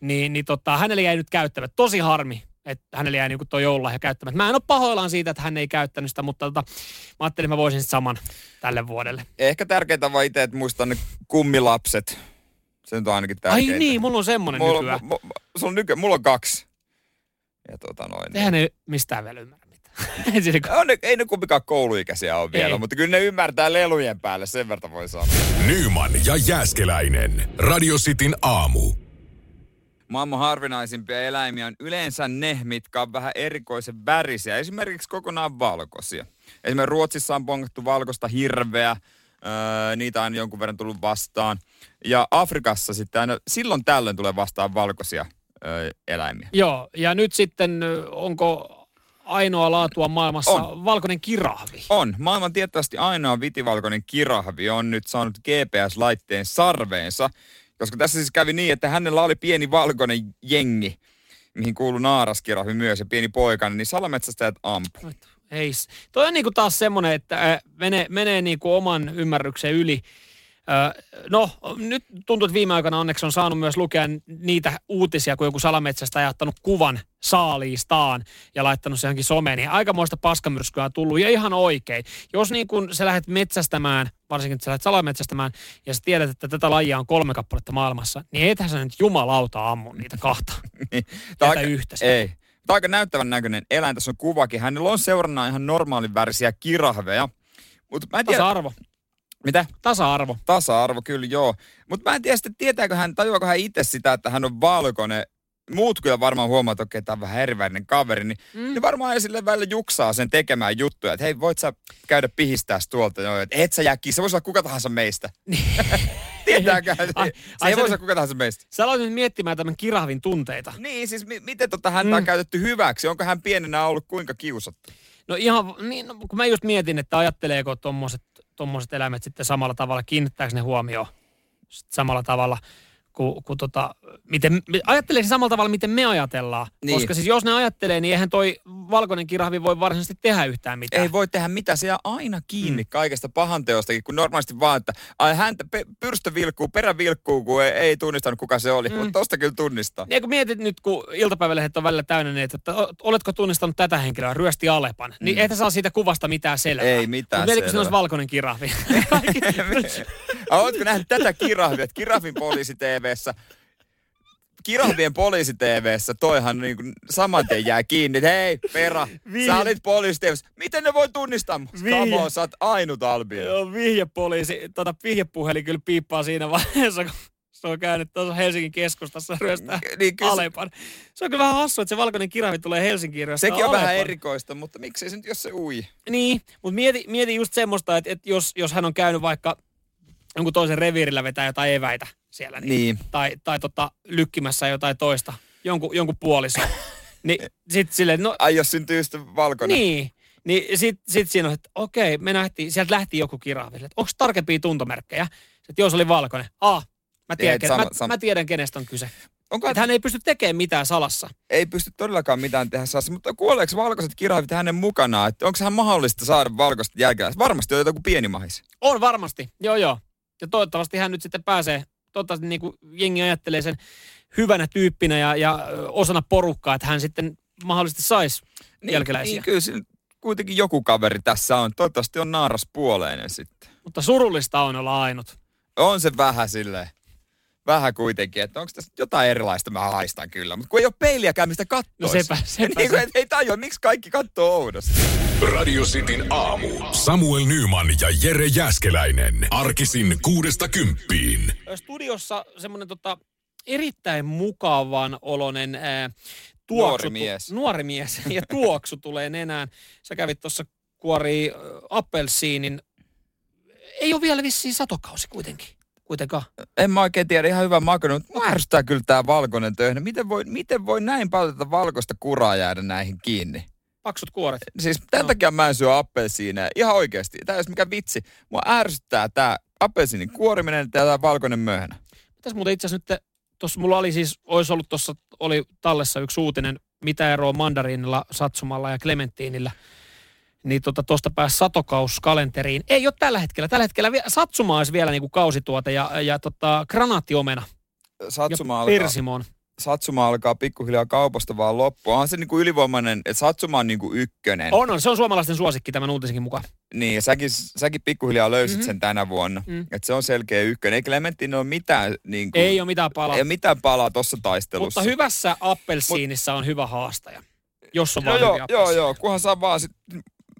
C: niin, niin tota, hänelle jäi nyt käyttämättä. Tosi harmi, että hänelle jäi niinku toi joululahja käyttämättä. Mä en ole pahoillaan siitä, että hän ei käyttänyt sitä, mutta tota, mä ajattelin, että mä voisin sitten saman tälle vuodelle.
B: Ehkä tärkeintä vaan itse, että muistaa ne kummilapset. Se nyt on ainakin tärkeintä.
C: Ai niin, mulla on semmonen mulla,
B: mulla,
C: nykyään.
B: mulla, mulla, nykyään, mulla on kaksi. Ja tota noin.
C: Eihän ne mistään vielä ymmärrä mitään. (laughs) Siis kun-
B: On ne, ei ne kumpikaan kouluikäisiä ole vielä,
C: Ei.
B: mutta kyllä ne ymmärtää lelujen päälle, sen verta voi sanoa.
A: Nyman ja Jääskeläinen. Radio Cityn aamu.
B: Maailman harvinaisimpia eläimiä on yleensä ne, mitkä on vähän erikoisen värisiä, esimerkiksi kokonaan valkoisia. Esimerkiksi Ruotsissa on pongattu valkoista hirveä, öö, niitä on jonkun verran tullut vastaan. Ja Afrikassa sitten aina silloin tällöin tulee vastaan valkoisia öö, eläimiä.
C: Joo, ja nyt sitten ö, onko ainoa laatua maailmassa
B: On.
C: on. valkoinen kirahvi?
B: On. Maailman tiettävästi ainoa vitivalkoinen kirahvi on nyt saanut GPS-laitteen sarveensa, koska tässä siis kävi niin, että hänellä oli pieni valkoinen jengi, mihin kuuluu naaraskirahvi myös ja pieni poikainen, niin salametsästäjät ampu.
C: Vittu, Ei. s- Toi on niinku taas semmoinen, että äh, menee, menee niinku oman ymmärryksen yli. Ö, No, nyt tuntuu, että viime aikoina onneksi on saanut myös lukea n- niitä uutisia, kun joku salametsästä ja ottanut kuvan saaliistaan ja laittanut se johonkin someen. Niin aikamoista paskamyrskyä on tullut ja ihan oikein. Jos niin kun sä lähdet metsästämään, varsinkin että sä lähdet salametsästämään ja sä tiedät, että tätä lajia on kolme kappaletta maailmassa, niin ethän sä nyt jumalauta ammu niitä kahta.
B: Tää
C: Tätä yhtä.
B: Ei. Tämä on aika näyttävän näköinen eläin. Tässä on kuvakin. Hänellä on seurannaan ihan normaalin värisiä kirahveja. Mutta mä en tiedä,
C: Tasa-arvo.
B: mitä?
C: Tasa-arvo.
B: Tasa-arvo, kyllä joo. Mutta mä en tiedä sitten, tietääkö hän, tajuako hän itse sitä, että hän on valkoinen. Muut kyllä varmaan huomaa, että okei, tämä on vähän erivärinen kaveri, niin mm. ne varmaan ei sille välillä juksaa sen tekemään juttuja, että hei, voit sä käydä pihistääs tuolta, joo, että et sä jää kiinni, se voisi olla kuka tahansa meistä. (laughs) Tietääkö hän,
C: Niin. (laughs) Ai-
B: se
C: ai
B: ei voisi
C: sä nyt-
B: olla kuka tahansa meistä.
C: Sä aloit nyt miettimään tämän kirahvin tunteita.
B: Niin, siis mi- miten tota häntä on
C: Mm.
B: käytetty hyväksi, onko hän pienenä ollut kuinka kiusattu?
C: No ihan, niin, no, kun mä just mietin, että ajatteleeko tommoset, tommoset eläimet sitten samalla tavalla, kiinnittääkö ne huomioon sit samalla tavalla, kun, kun tota, miten, ajattelisin samalla tavalla, miten me ajatellaan.
B: Niin.
C: Niin. Koska siis jos ne ajattelee, niin eihän toi valkoinen kirahvi voi varsinaisesti tehdä yhtään mitään.
B: Ei voi tehdä mitään, se jää aina kiinni mm. kaikesta pahanteostakin, kun normaalisti vaan, että ai, häntä pe- pyrstö vilkkuu, perä vilkkuu, kun ei, ei tunnistanut kuka se oli, mm.
C: Mm.
B: mutta tosta kyllä tunnistaa.
C: Ja kun mietit nyt, kun iltapäivälehdet on välillä täynnä, niin että o- oletko tunnistanut tätä henkilöä, ryösti Alepan, niin
B: Mm.
C: mm. et sä saa siitä kuvasta mitään selvää.
B: Ei mitään
C: Mut mietitkö, se
B: selvää.
C: olisi valkoinen
B: (laughs)
C: kirahvi.
B: Ai, Ootko nähnyt tätä kirahvia? että Kirahvin poliisi TVssä. Kirahvien poliisi TVssä toihan niin kuin saman tien jää kiinni. että Hei, Pera,
C: Vih-
B: sä olit poliisi TVssä. Miten ne voi tunnistaa? mut?
C: Vih-
B: Come on, sä oot ainut albio.
C: Joo, vihjepoliisi, tota vihjepuhelin kyllä piippaa siinä vaiheessa, kun se on käynyt tuossa Helsingin keskustassa ryöstää
B: Niin kyllä se-
C: Alepan. Se on kyllä vähän hassu, että se valkoinen kirahvi tulee Helsinkiin ryöstää
B: Sekin on vähän
C: Alepan.
B: erikoista, mutta miksei se nyt, jos se ui?
C: Niin, mutta mieti, mieti just semmoista, että, että jos, jos hän on käynyt vaikka jonkun toisen reviirillä vetää jotain eväitä siellä. Niin. tai, tai tota, lykkimässä jotain toista, jonkun, jonkun
B: (laughs)
C: puolison. niin sit silleen, no
B: Ai jos syntyy sitten valkoinen.
C: niin. Niin sit, sit siinä on, että okei, me nähtiin, sieltä lähti joku kirahvi. Että onko tarkempia tuntomerkkejä? Sitten jos oli valkoinen. Ah, mä tiedän,
B: et
C: ken,
B: sama-
C: mä,
B: sama-
C: mä tiedän kenestä on kyse.
B: Onko,
C: Että hän ei pysty tekemään mitään salassa.
B: ei pysty todellakaan mitään tehdä saassa, mutta kuoleeko valkoiset kirahvit hänen mukanaan? Että onko hän mahdollista saada valkoiset jälkeläiset? Varmasti on joku pieni mahis.
C: On varmasti, joo joo. Ja toivottavasti hän nyt sitten pääsee, toivottavasti niin kuin jengi ajattelee sen hyvänä tyyppinä ja, ja ö, osana porukkaa, että hän sitten mahdollisesti saisi jälkeläisiä.
B: Niin, kyllä sillä kuitenkin joku kaveri tässä on. Toivottavasti on naaraspuoleinen sitten.
C: Mutta surullista on olla ainut.
B: On se vähän silleen. Vähän kuitenkin, että onko tässä jotain erilaista, mä haistan kyllä. Mutta kun ei ole peiliäkään, mistä katsoisi.
C: No sepä- sepä
B: niin, kun,
C: se.
B: et, ei tajua, miksi kaikki katsoo oudosti.
A: Radio Cityn aamu. Samuel Nyman ja Jere Jäskeläinen. Arkisin kuudesta kymppiin.
C: studiossa semmoinen tota, erittäin mukavan oloinen ää, tuoksu.
B: Nuori
C: tu-
B: mies.
C: Nuori mies. (laughs) Ja tuoksu tulee nenään. Sä kävit tuossa kuori appelsiinin. Ei ole vielä vissiin satokausi kuitenkin. Kuitenkaan.
B: en mä oikein tiedä, ihan hyvä makuinen, mutta mua ärsyttää kyllä tää valkoinen töihin. Miten voi, miten voi näin paljon tätä valkoista kuraa jäädä näihin kiinni?
C: Paksut kuoret.
B: Siis tämän no.
C: No.
B: takia mä en syö appelsiineja. Ihan oikeasti. Tämä ei ole mikään vitsi. Mua ärsyttää tää appelsiinin kuoriminen ja tää valkoinen möhnä.
C: Mitäs muuten itse asiassa nyt, tuossa mulla oli siis, olisi ollut tuossa, oli tallessa yksi uutinen, mitä eroa mandariinilla, satsumalla ja clementtiinillä. Niin tuosta tota, pääsi satokauskalenteriin. Ei ole tällä hetkellä. Tällä hetkellä vie- satsuma olisi vielä niinku kausituote ja, ja tota, granaattiomena
B: Satsuma
C: ja
B: alkaa,
C: persimoon.
B: satsuma alkaa pikkuhiljaa kaupasta vaan loppu. Onhan se niinku ylivoimainen, että satsuma on niinku ykkönen.
C: On, on. Se on suomalaisten suosikki tämän uutisenkin mukaan.
B: Niin, ja säkin, säkin pikkuhiljaa löysit mm-hmm.
C: Mhm.
B: sen tänä vuonna. Mm.
C: Mm.
B: Et se on selkeä ykkönen. Ei Clementin ole mitään, niinku,
C: Ei ole mitään palaa.
B: ei mitään palaa tuossa taistelussa.
C: Mutta hyvässä appelsiinissa on hyvä haastaja, jos on
B: Joo,
C: vaan
B: joo,
C: hyviä
B: joo,
C: appelsiineja.
B: joo, kunhan saa vaan sit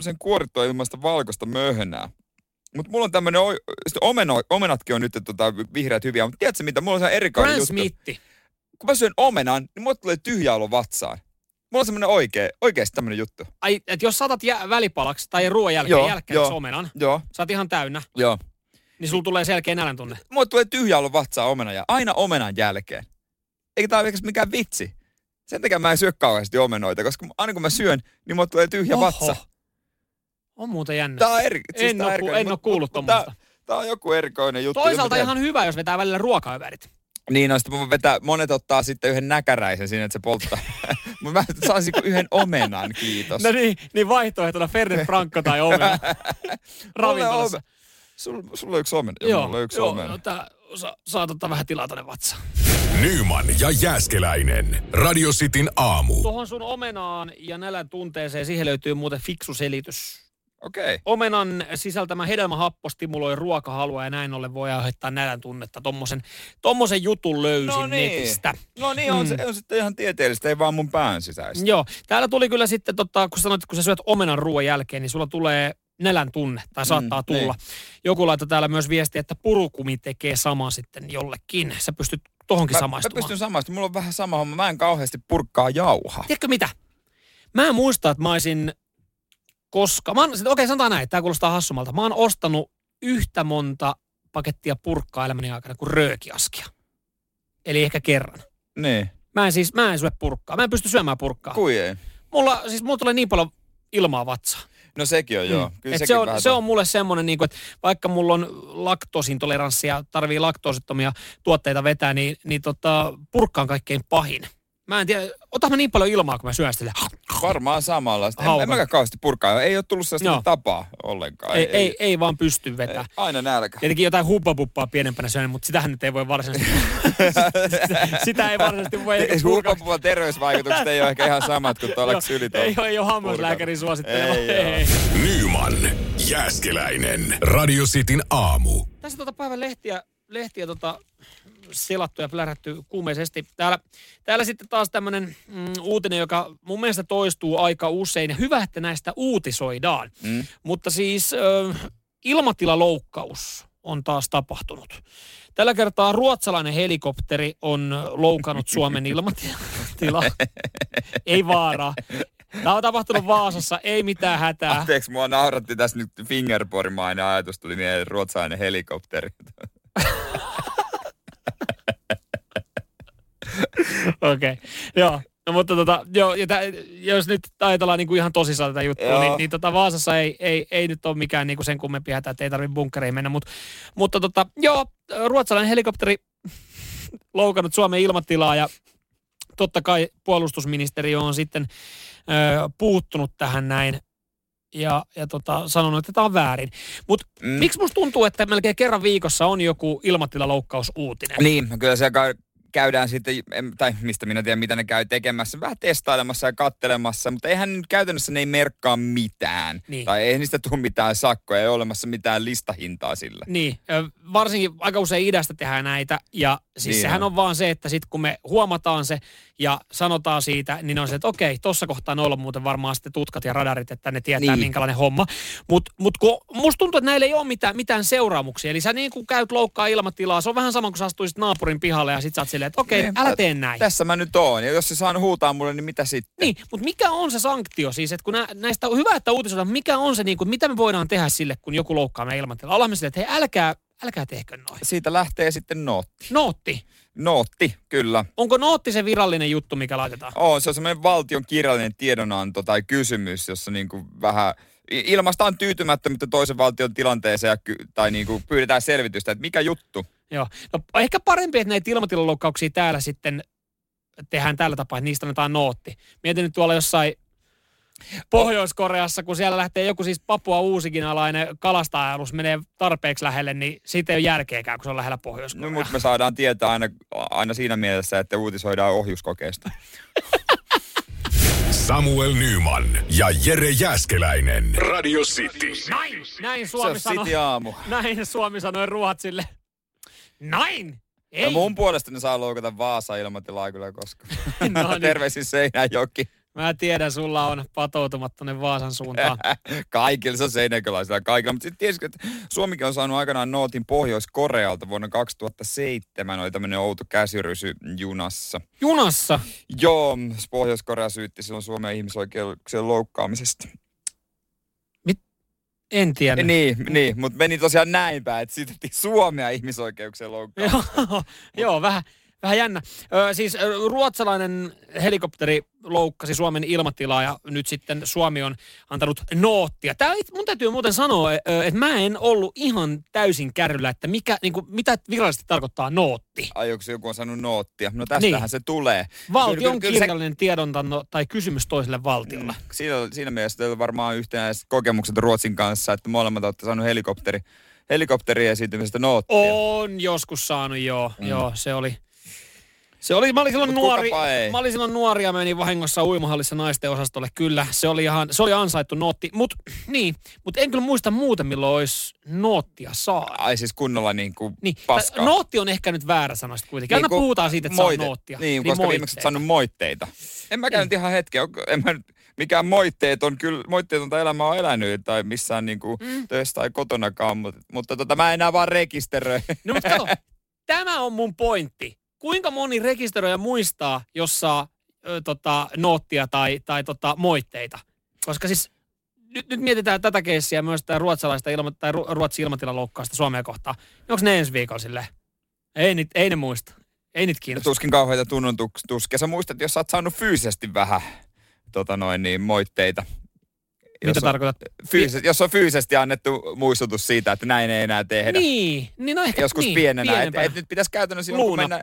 B: sen kuorittua ilmaista valkoista möhnää. Mutta mulla on tämmönen, oi- sit omeno, omenatkin on nyt tota, vihreät hyviä, mutta tiedätkö mitä, mulla on se erikoinen
C: Brand
B: juttu.
C: Smithi.
B: Kun mä syön omenan, niin mulla tulee tyhjä olo vatsaan. Mulla on semmonen oikee, oikeesti tämmönen juttu.
C: Ai, et jos saatat jä, välipalaksi tai ruoan jälkeen,
B: Joo,
C: jälkeen
B: joo.
C: omenan,
B: Joo,
C: sä oot ihan täynnä,
B: joo.
C: niin sulla tulee selkeä nälän tunne.
B: Mulla tulee tyhjä olo vatsaan omena ja aina omenan jälkeen. Eikä tää ole oikeesti mikään vitsi. Sen takia mä en syö kauheasti omenoita, koska aina kun mä syön, niin mulla tulee tyhjä
C: Oho.
B: vatsa.
C: On muuten jännä.
B: Tää on eri, siis
C: en
B: tää
C: oo
B: on
C: ku-
B: erikoinen,
C: en oo
B: mut-
C: kuullut
B: mut tää-
C: tommosta.
B: Tää on joku erikoinen juttu.
C: Toisaalta
B: Mä tiedän.
C: ihan hyvä, jos vetää välillä ruokaöverit.
B: Niin, no sitten mun vetää, monet ottaa sitten yhden näkäräisen siinä, että se polttaa. (laughs) Mutta mä saisin kuin yhden omenan, kiitos.
C: No niin, niin vaihtoehtona Fernet Franco (laughs) tai omena ravintolassa.
B: Sulla, sulla on yksi omena. Joo, joo mulla on yksi joo, omena.
C: no tää saa, saa ottaa vähän tilaa tonne vatsaan.
A: Nyman ja Jäskeläinen. Radio Cityn aamu.
C: Tuohon sun omenaan ja nälän tunteeseen, siihen löytyy muuten fiksu selitys.
B: Okei. Okay.
C: Omenan sisältämä hedelmähappo stimuloi ruokahalua ja näin ollen voi aiheuttaa nälän tunnetta. Tommosen, tommosen jutun löysin
B: No niin.
C: netistä.
B: No niin, on, mm. se, on sitten ihan tieteellistä, ei vaan mun pään sisäistä.
C: Joo, täällä tuli kyllä sitten, tota, kun sanoit, että kun sä syöt omenan ruoan jälkeen, niin sulla tulee nälän tunne, tai
B: Mm,
C: saattaa
B: niin.
C: tulla. Joku laittoi täällä myös viestiä, että purukumi tekee samaa sitten jollekin. Sä pystyt tohonkin
B: Mä, mä
C: samaistumaan.
B: pystyn samaistumaan. Mulla on vähän sama homma. Mä en kauheasti purkkaa jauhaa.
C: Tiedätkö mitä? Mä en muista, että mä olisin koska... Mä oon, okei, sanotaan näin, tämä kuulostaa hassumalta. Mä oon ostanut yhtä monta pakettia purkkaa elämäni aikana kuin röökiaskia. Eli ehkä kerran.
B: Niin.
C: Mä en siis, Ah. mä en syö purkkaa. Mä en pysty syömään purkkaa.
B: Kui ei.
C: Mulla, siis mulla tulee niin paljon ilmaa vatsaan.
B: No sekin on, joo. Kyllä
C: Et
B: sekin
C: se, on,
B: vähän
C: se
B: to-
C: on mulle semmoinen, niin kuin, että vaikka mulla on laktoosintoleranssi ja tarvii laktoosittomia tuotteita vetää, niin, niin tota, purkka on kaikkein pahin. Mä en tiedä, otan mä niin paljon ilmaa, kun mä syön sitä.
B: Varmaan samalla. En,
C: Hauka.
B: en mäkään kauheasti purkaa. Ei ole tullut sellaista
C: Joo.
B: tapaa ollenkaan.
C: Ei, ei, ei vaan pysty vetämään.
B: Aina nälkä.
C: Tietenkin jotain huppapuppaa pienempänä syönyt, mutta sitähän nyt ei
B: (laughs)
C: voi varsinaisesti, sitä, sitä ei varsinaisesti voi eikä purkaa.
B: Ulkopuolella terveysvaikutukset ei ole ehkä ihan samat kuin tuolla
C: Joo,
B: ksylitolla.
C: Ei, ole- ei ole hammaslääkärin suosittelema.
B: Ei oo.
A: Nyman Jääskeläinen. Radio Cityn aamu.
C: Tässä tuota päivän lehtiä, lehtiä tota, selattu ja plärätty kuumeisesti. Täällä, täällä sitten taas tämmöinen mm, uutinen, joka mun mielestä toistuu aika usein. Ja Hyvä, että näistä uutisoidaan.
B: Mm.
C: Mutta siis ö, ilmatilaloukkaus on taas tapahtunut. Tällä kertaa ruotsalainen helikopteri on loukannut Suomen ilmatilaa. Ei vaaraa. Tämä on tapahtunut Vaasassa, ei mitään hätää.
B: (laughs) Anteeksi, mua nauratti tässä nyt fingerbormainen ajatus. Tuli mieleen ruotsalainen helikopteri.
C: Okei, okay. joo. No mutta tota, joo, ja tä, jos nyt ajatellaan niinku ihan tosissaan tätä juttua,
B: Joo.
C: niin, niin tota Vaasassa ei, ei, ei nyt ole mikään niinku sen kummempi hätä, että ei tarvitse bunkkereihin mennä. Mut, mutta tota, joo, ruotsalainen helikopteri (laughs) loukannut Suomen ilmatilaa ja totta kai puolustusministeriö on sitten ö, puuttunut tähän näin ja, ja tota, sanonut, että tämä on väärin. Mutta
B: Mm.
C: mm. miksi musta tuntuu, että melkein kerran viikossa on joku ilmatilaloukkausuutinen?
B: Niin, kyllä siellä ka- käydään sitten, en- tai mistä minä tiedän, mitä ne käy tekemässä, vähän testailemassa ja kattelemassa, mutta eihän nyt käytännössä ne ei merkkaa mitään.
C: Niin.
B: Tai ei niistä tule mitään sakkoja, ei ole olemassa mitään listahintaa sillä.
C: Niin, ö, varsinkin aika usein idästä tehdään näitä ja siis
B: Niin
C: niin sehän
B: on.
C: on vaan se, että sitten kun me huomataan se ja sanotaan siitä, niin on se, että okei, tossa kohtaa ne on muuten varmaan sitten tutkat ja radarit, että ne tietää
B: Niin.
C: niin. minkälainen homma. Mutta mut kun musta tuntuu, että näillä ei ole mitään, mitään seuraamuksia. Eli sä niin kuin käyt loukkaa ilmatilaa, se on vähän sama kuin sä astuisit naapurin pihalle ja sit sä oot silleen, että okei,
B: Niin,
C: älä
B: tä-
C: tee näin.
B: Tässä mä nyt oon, ja jos se saan huutaa mulle, niin mitä sitten?
C: Niin, mutta mikä on se sanktio siis, että kun nä, näistä on hyvä, että uutisoidaan, mutta mikä on se, niin kuin, mitä me voidaan tehdä sille, kun joku loukkaa meidän ilmatilaa? Ollaan me silleen, että hei, älkää, älkää tehkö noin.
B: Siitä lähtee sitten nootti.
C: Nootti.
B: Nootti, kyllä.
C: Onko nootti se virallinen juttu, mikä laitetaan?
B: On, se on semmoinen valtion kirjallinen tiedonanto tai kysymys, jossa niin kuin vähän i- ilmaistaan tyytymättömyyttä toisen valtion tilanteeseen ja ky- tai niin kuin pyydetään selvitystä, että mikä juttu.
C: Joo. No, ehkä parempi, että näitä ilmatilaloukkauksia täällä sitten tehdään tällä tapaa, että niistä annetaan nootti. Mietin nyt tuolla jossain Pohjois-Koreassa, kun siellä lähtee joku siis papua uusikin alainen kalastaja-alus menee tarpeeksi lähelle, niin siitä ei ole järkeäkään, kun se on lähellä pohjois
B: No, mutta me saadaan tietää aina, aina siinä mielessä, että uutisoidaan ohjuskokeista.
A: Samuel Nyman ja Jere Jäskeläinen. Radio City.
C: Näin, näin
B: Se on
C: (laughs) Suomi sanoi.
B: City aamu.
C: Näin Suomi sanoi Ruotsille. Näin!
B: Ja
C: Ei!
B: mun puolesta ne saa loukata Vaasa ilmatilaa kyllä koska.
C: (laughs) No niin.
B: Terveisin Seinäjoki.
C: Mä tiedän, sulla on patoutumat tonne Vaasan suuntaan.
B: Kaikilla se on seinäköläisillä kaikilla. Mutta sitten tiesikö, että Suomikin on saanut aikanaan nootin Pohjois-Korealta vuonna 2007. Oli tämmöinen outo käsirysy junassa.
C: Junassa.
B: Joo, Pohjois-Korea syytti silloin Suomen ihmisoikeuksien loukkaamisesta.
C: En tiedä.
B: Niin, niin mutta meni tosiaan näin päin, että syytettiin Suomea ihmisoikeuksien loukkaamisesta.
C: Joo, (laughs) joo vähän, vähän jännä. Ö, siis ö, ruotsalainen helikopteri loukkasi Suomen ilmatilaa ja nyt sitten Suomi on antanut noottia. Tää, it- mun täytyy muuten sanoa, e, ö, että mä en ollut ihan täysin kärryllä, että mikä, niin kuin, mitä virallisesti tarkoittaa nootti.
B: Ai onko joku on saanut noottia? No tästähän
C: Niin.
B: se tulee.
C: Valtion
B: kyllä se-
C: kirjallinen tiedontanto tai kysymys toiselle valtiolle.
B: Siinä, siinä mielessä teillä on varmaan yhtenäiset kokemukset Ruotsin kanssa, että molemmat olette saanut helikopteri, helikopteriesiintymisestä noottia.
C: On joskus saanut, joo. Mm. joo se oli, se oli, mä olin silloin
B: Mut
C: nuori,
B: kukapa ei.
C: mä olin silloin nuori ja menin vahingossa uimahallissa naisten osastolle. Kyllä, se oli ihan, se oli ansaittu nootti. Mut, niin, mut en kyllä muista muuta, milloin olisi noottia saa.
B: Ai siis kunnolla niin kuin
C: Niin,
B: niin, paskaa.
C: tai nootti on ehkä nyt väärä sana sitten kuitenkin. Aina
B: kun
C: puhutaan siitä, että
B: moite-
C: saa noottia. Niin.
B: Niin, koska
C: moitteita.
B: viimeksi olet saanut moitteita. En mäkään nyt ihan hetkeä, onko- en mä nyt mikään moitteet on kyllä, moitteetonta elämää on elänyt tai missään niin kuin mm. töissä tai kotonakaan, mutta, mutta tota, mä enää vaan rekisteröi.
C: No mutta kato, tämä on mun pointti. Kuinka moni rekisteröijä muistaa, jos saa ö, tota, noottia tai, tai tota, moitteita? Koska siis nyt, nyt mietitään tätä keissiä myös tätä ruotsalaista ilma, tai ru, ruotsin ilmatilaloukkausta Suomea kohtaan. Onko ne ensi viikolla silleen? Ei, niit, ei ne muista. Ei niitä
B: Ja (laughs)
C: kiinnosta.
B: tuskin kauheita tunnon tuk- tuskia. Sä muistat, jos sä oot saanut fyysisesti vähän tota noin, niin, moitteita.
C: Mitä
B: jos, on
C: tarkoitat?
B: fyysisesti, jos on fyysisesti annettu muistutus siitä, että näin ei enää tehdä.
C: Niin, niin no ehkä
B: Joskus
C: niin,
B: pienenä. Et,
C: pienempänä.
B: et nyt pitäisi käytännössä silloin, kun mennään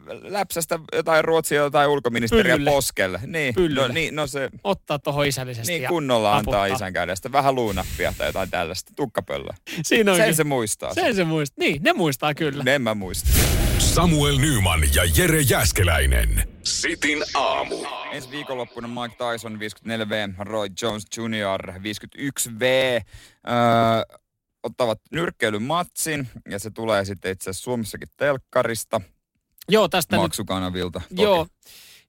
C: Luunappi.
B: läpsästä jotain Ruotsia jotain ulkoministeriä
C: Pyllylle.
B: poskelle. Niin,
C: Pyllylle.
B: no, niin, no se
C: Ottaa tuohon isällisesti
B: niin
C: ja
B: kunnolla antaa
C: naputtaa.
B: isän kädestä. Vähän luunappia tai jotain tällaista. Tukkapöllä.
C: Siinä onkin.
B: Sen se muistaa.
C: Sen No niin. se muistaa. Niin, ne muistaa kyllä.
B: En mä muista.
A: Samuel Nyman ja Jere Jäskeläinen. Sitin aamu.
B: Ensi viikonloppuna Mike Tyson 54V, Roy Jones Jr. 51V öö, ottavat nyrkkeilymatsin ja se tulee sitten itse asiassa Suomessakin telkkarista
C: Joo, tästä nyt
B: maksukanavilta. Toki.
C: Joo,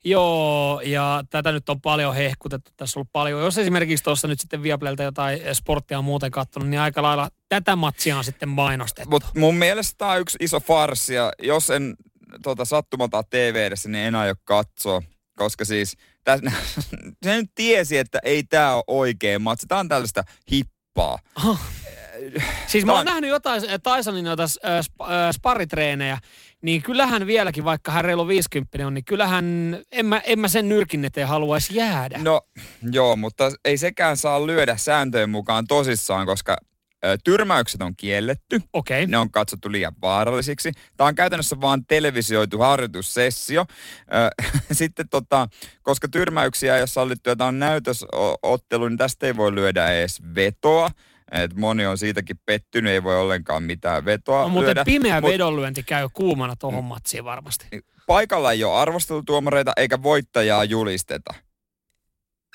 C: joo, ja tätä nyt on paljon hehkutettu. Tässä on ollut paljon. Jos esimerkiksi tuossa nyt sitten Viaplaylta jotain eh, sporttia on muuten katsonut, niin aika lailla tätä matsia on sitten mainostettu.
B: Mutta mun mielestä tämä on yksi iso farsi ja jos en tota, sattumalta tv edessä, niin en aio katsoa. Koska siis täs, (laughs) se nyt tiesi, että ei tämä ole oikea matsi. Tämä on tällaista hippaa.
C: Ah. siis mä oon
B: Eh, Tää-
C: nähnyt jotain äh, Tysonin noita äh, sp- äh, sparritreenejä, niin kyllähän vieläkin, vaikka hän reilu 50 on, niin kyllähän en mä, en mä sen nyrkin eteen haluaisi jäädä.
B: No joo, mutta ei sekään saa lyödä sääntöjen mukaan tosissaan, koska ö, tyrmäykset on kielletty.
C: Okei.
B: Ne on katsottu liian vaarallisiksi. Tämä on käytännössä vaan televisioitu harjoitussessio. Ö, (laughs) Sitten tota, koska tyrmäyksiä ei ole sallittu ja tämä on näytösottelu, niin tästä ei voi lyödä edes vetoa. Et moni on siitäkin pettynyt, ei voi ollenkaan mitään vetoa
C: No, muuten
B: lyödä.
C: pimeä
B: Mut- Mm. Niin,
C: vedonlyönti käy kuumana tuohon matsiin varmasti.
B: Paikalla ei ole arvostelutuomareita eikä voittajaa julisteta.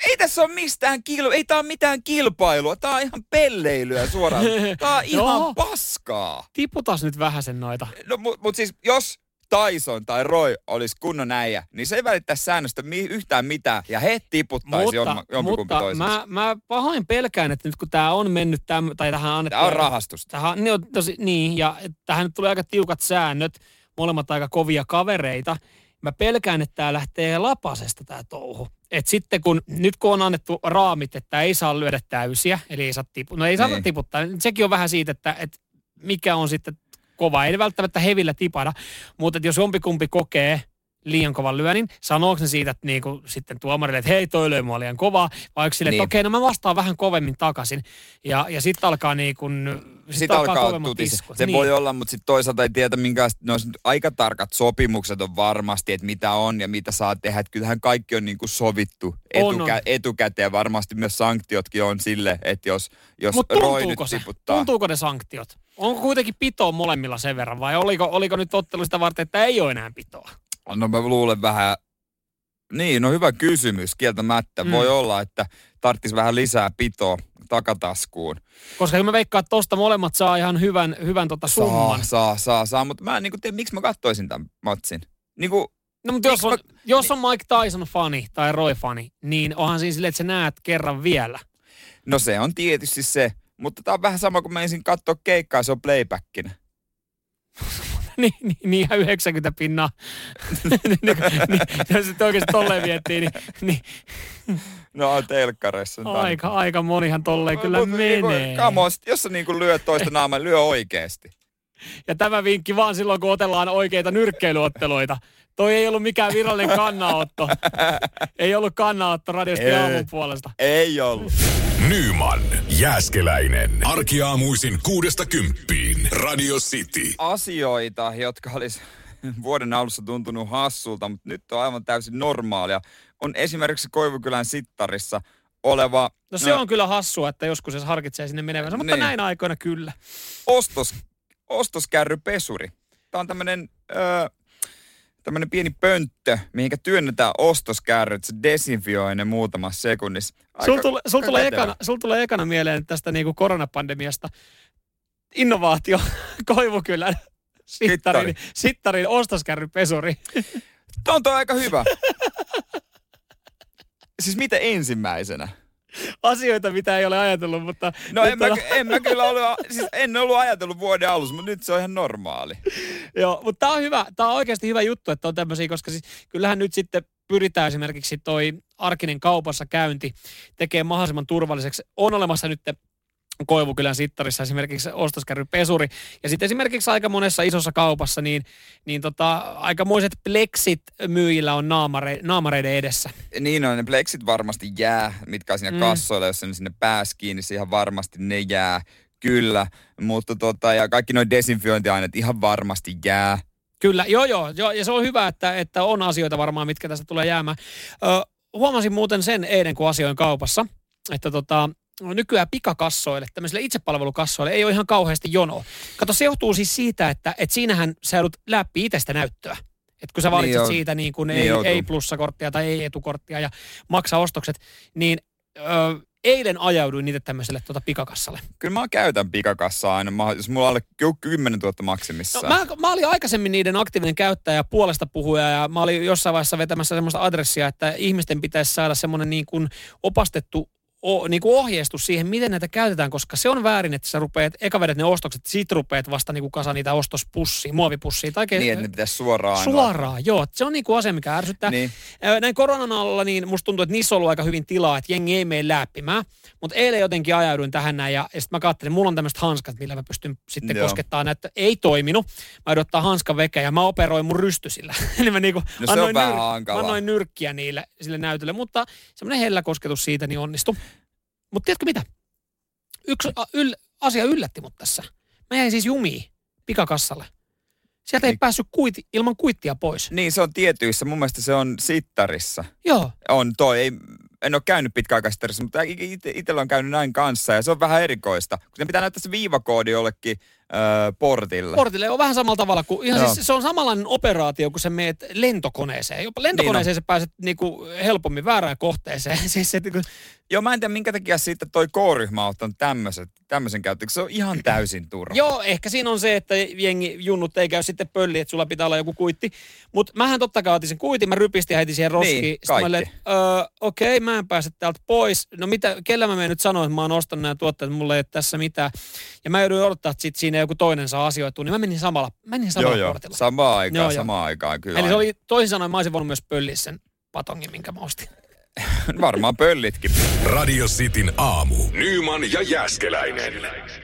B: Ei tässä ole mistään kilpailua, ei tää ole mitään kilpailua, tää on ihan pelleilyä
C: (laughs)
B: suoraan. Tää on
C: Joo.
B: ihan paskaa.
C: Tiputas nyt vähän sen noita.
B: No mut, mut siis jos Tyson tai Roy olisi kunnon äijä, niin se ei välittää säännöstä mi- yhtään mitään ja he tiputtaisi jomma- jompikumpi
C: mutta
B: toisensa.
C: mä, mä pahoin pelkään, että nyt kun tämä on mennyt, täm, tai tähän annettu...
B: Tää on rahastusta.
C: Tähän, ne on tosi, niin, ja tähän nyt tulee aika tiukat säännöt, molemmat aika kovia kavereita. Mä pelkään, että tämä lähtee lapasesta tämä touhu. Et sitten kun, nyt kun on annettu raamit, että ei saa lyödä täysiä, eli ei saa, tipu, no ei saa
B: Niin.
C: tiputtaa, niin sekin on vähän siitä, että, että mikä on sitten kova. Ei välttämättä hevillä tipana, mutta että jos jompikumpi kokee liian kovan lyönnin, sanooko ne siitä että niinku, sitten tuomarille, että hei toi löi mua liian kovaa, vai onko sille, että
B: Niin.
C: okei, no mä vastaan vähän kovemmin takaisin. Ja, ja sitten alkaa niin kuin, sit,
B: Sitä alkaa, alkaa
C: kovemmat
B: tutisi.
C: iskut.
B: Se
C: niin.
B: niin. voi olla, mutta sitten toisaalta ei tiedä, minkä, no, s- aika tarkat sopimukset on varmasti, että mitä on ja mitä saa tehdä. Et Kyllähän kaikki on niinku sovittu
C: On,
B: etukä,
C: on.
B: etukäteen. Varmasti myös sanktiotkin on sille, että jos, jos
C: Mut
B: Roy nyt
C: tuntuuko se?
B: tiputtaa.
C: Tuntuuko ne sanktiot? Onko kuitenkin pitoa molemmilla sen verran vai oliko, oliko nyt ottelu sitä varten, että ei ole enää pitoa?
B: No mä luulen vähän, niin no hyvä kysymys kieltämättä.
C: Mm.
B: Mm. Voi olla, että tarttis vähän lisää pitoa takataskuun.
C: Koska kyllä mä veikkaan, että tosta molemmat saa ihan hyvän, hyvän tota summan.
B: Saa, saa, saa, saa. Mutta mä en niinku tiedä, miksi mä katsoisin tämän matsin. Niinku,
C: No, mutta jos, on,
B: Miksi
C: jos on Mike Tyson-fani tai Roy-fani, niin onhan siinä silleen, että sä näet kerran vielä. (laughs)
B: No se on tietysti se, mutta tämä on vähän sama kuin menisin katsoa keikkaa, se on playbackinä.
C: niin, niin, niin ihan 90 pinnaa. (laughs) niin, niin, jos nyt oikeasti tolleen miettii, niin, niin
B: No on telkkareissa. nyt
C: aika,
B: ainakin.
C: aika monihan tolleen kyllä
B: Mut niinku,
C: menee.
B: Come on, sit jos sä niinku lyö toista naamaa, lyö oikeesti.
C: Ja tämä vinkki vaan silloin, kun otellaan oikeita nyrkkeilyotteluita. Toi ei ollut mikään virallinen kannanotto. ei ollut kannanotto radiosta
B: Ei.
C: aamun puolesta.
B: Ei ollut.
A: Nyman, Jääskeläinen. Arkiaamuisin kuudesta kymppiin. Radio City.
B: Asioita, jotka olisi (laughs) vuoden alussa tuntunut hassulta, mutta nyt on aivan täysin normaalia, on esimerkiksi Koivukylän sittarissa oleva
C: No se on kyllä hassua, että joskus se harkitsee sinne menevänsä, mutta
B: Niin.
C: näin aikoina kyllä.
B: ostos, ostoskärrypesuri. Tämä on tämmöinen öö, tämmönen pieni pönttö, mihinkä työnnetään ostoskärryt. Se desinfioi ne muutamassa sekunnissa.
C: Sulla tule, sul
B: aika
C: tulee,
B: kätevä.
C: ekana, sul tulee ekana mieleen tästä niinku koronapandemiasta innovaatio (laughs) Koivukylän
B: Sittari.
C: sittarin, sittarin ostoskärrypesuri.
B: Tämä on toi aika
C: (laughs)
B: hyvä. siis miten ensimmäisenä?
C: Asioita, mitä ei ole ajatellut, mutta...
B: No
C: nyt
B: en mä,
C: tota-
B: ky- en mä kyllä ollut, siis en ollut ajatellut vuoden alussa, mutta nyt se on ihan normaali.
C: (laughs) Joo, mutta tämä on hyvä, tämä on oikeasti hyvä juttu, että on tämmöisiä, koska siis kyllähän nyt sitten pyritään esimerkiksi toi arkinen kaupassa käynti tekee mahdollisimman turvalliseksi. On olemassa nyt Koivukylän sittarissa esimerkiksi ostoskärry pesuri. Ja sitten esimerkiksi aika monessa isossa kaupassa, niin, niin tota, aikamoiset pleksit myyjillä on naamare, naamareiden edessä.
B: Niin on, ne pleksit varmasti jää, mitkä on siinä
C: Mm.
B: mm. kassoilla, jos ne sinne pääs kiinni, niin ihan varmasti ne jää. Kyllä, mutta tota, ja kaikki nuo desinfiointiaineet ihan varmasti jää.
C: Kyllä, joo joo, joo ja se on hyvä, että, että on asioita varmaan, mitkä tästä tulee jäämään. Ö, huomasin muuten sen eilen, kun asioin kaupassa, että tota, nykyään pikakassoille, tämmöisille itsepalvelukassoille ei ole ihan kauheasti jono. Kato, se johtuu siis siitä, että, että siinähän sä joudut läpi itsestä näyttöä. Et kun sä
B: Niin
C: valitset
B: joo.
C: siitä niin kuin
B: Niin
C: ei,
B: joutuu.
C: ei plussakorttia tai ei etukorttia ja maksa ostokset, niin ö, eilen ajauduin niitä tämmöiselle tuota pikakassalle.
B: Kyllä mä käytän pikakassaa aina, mä, jos mulla on alle ky- 10 000 maksimissa.
C: No, mä, mä olin aikaisemmin niiden aktiivinen käyttäjä ja puolesta puhuja ja mä olin jossain vaiheessa vetämässä semmoista adressia, että ihmisten pitäisi saada semmoinen niin kuin opastettu o, niin kuin ohjeistus siihen, miten näitä käytetään, koska se on väärin, että sä rupeat, eka vedät ne ostokset, sit rupeat vasta niin kuin kasa niitä ostospussiin, muovipussiin tai ke-
B: Niin, että ne pitäisi suoraan olla.
C: suoraan. Joo, se on niin kuin asia, mikä ärsyttää.
B: Niin.
C: Ö, Näin koronan alla, niin musta tuntuu, että niissä on ollut aika hyvin tilaa, että jengi ei mene läppimään. Mutta eilen jotenkin ajauduin tähän näin ja, ja sitten mä katselin, mulla on tämmöiset hanskat, millä mä pystyn sitten Joo.
B: Joo.
C: koskettaa näitä. Ei toiminut. Mä joudun ottaa hanskan veke ja mä operoin mun rystysillä. (laughs) Eli mä niinku
B: No se on vähän hankalaa.
C: mä annoin nyrkkiä niille, sille näytölle, mutta semmoinen hellä kosketus siitä niin onnistui. Mutta tiedätkö mitä? Yksi a, yl, asia yllätti mut tässä. Mä jäin siis jumiin pikakassalle. Sieltä ei
B: Mik-
C: päässyt kuiti, ilman kuittia pois.
B: Niin, se on tietyissä. Mun mielestä se on sittarissa.
C: Joo.
B: On toi, ei, en ole käynyt pitkäaikaisittarissa, mutta itsellä on käynyt näin kanssa ja se on vähän erikoista. Kun sen pitää näyttää se viivakoodi jollekin öö, portille.
C: Portille on vähän samalla tavalla kuin, ihan
B: Joo.
C: siis se on samanlainen operaatio, kun sä meet lentokoneeseen. Jopa lentokoneeseen niin sä pääset niinku helpommin väärään kohteeseen. (laughs) siis se, niinku,
B: Joo, mä en tiedä minkä takia siitä toi K-ryhmä on ottanut tämmöset, tämmöisen käyttöön, koska se on ihan täysin turha.
C: joo, ehkä siinä on se, että jengi junnut ei käy sitten pölli, että sulla pitää olla joku kuitti. Mutta mähän totta kai otin sen kuitin, mä rypistin ja heitin siihen roskiin.
B: Niin,
C: Sitten mä
B: kaikki.
C: olin, että öö, okei, mä en pääse täältä pois. No mitä, kellä mä menen nyt sanoa, että mä oon ostanut nämä tuotteet, mulla ei ole tässä mitään. Ja mä jouduin odottaa, että sit siinä joku toinen saa asioitua, niin mä menin samalla, mä menin samalla
B: joo, joo.
C: portilla.
B: Samaan aikaan,
C: Joo,
B: joo,
C: joo.
B: samaan aikaan kyllä.
C: Eli se oli, toisin sanoen mä olisin voinut myös pölliä sen patongin, minkä mä ostin.
B: Varmaan pöllitkin.
A: Radio Cityn aamu. Nyman ja Jääskeläinen.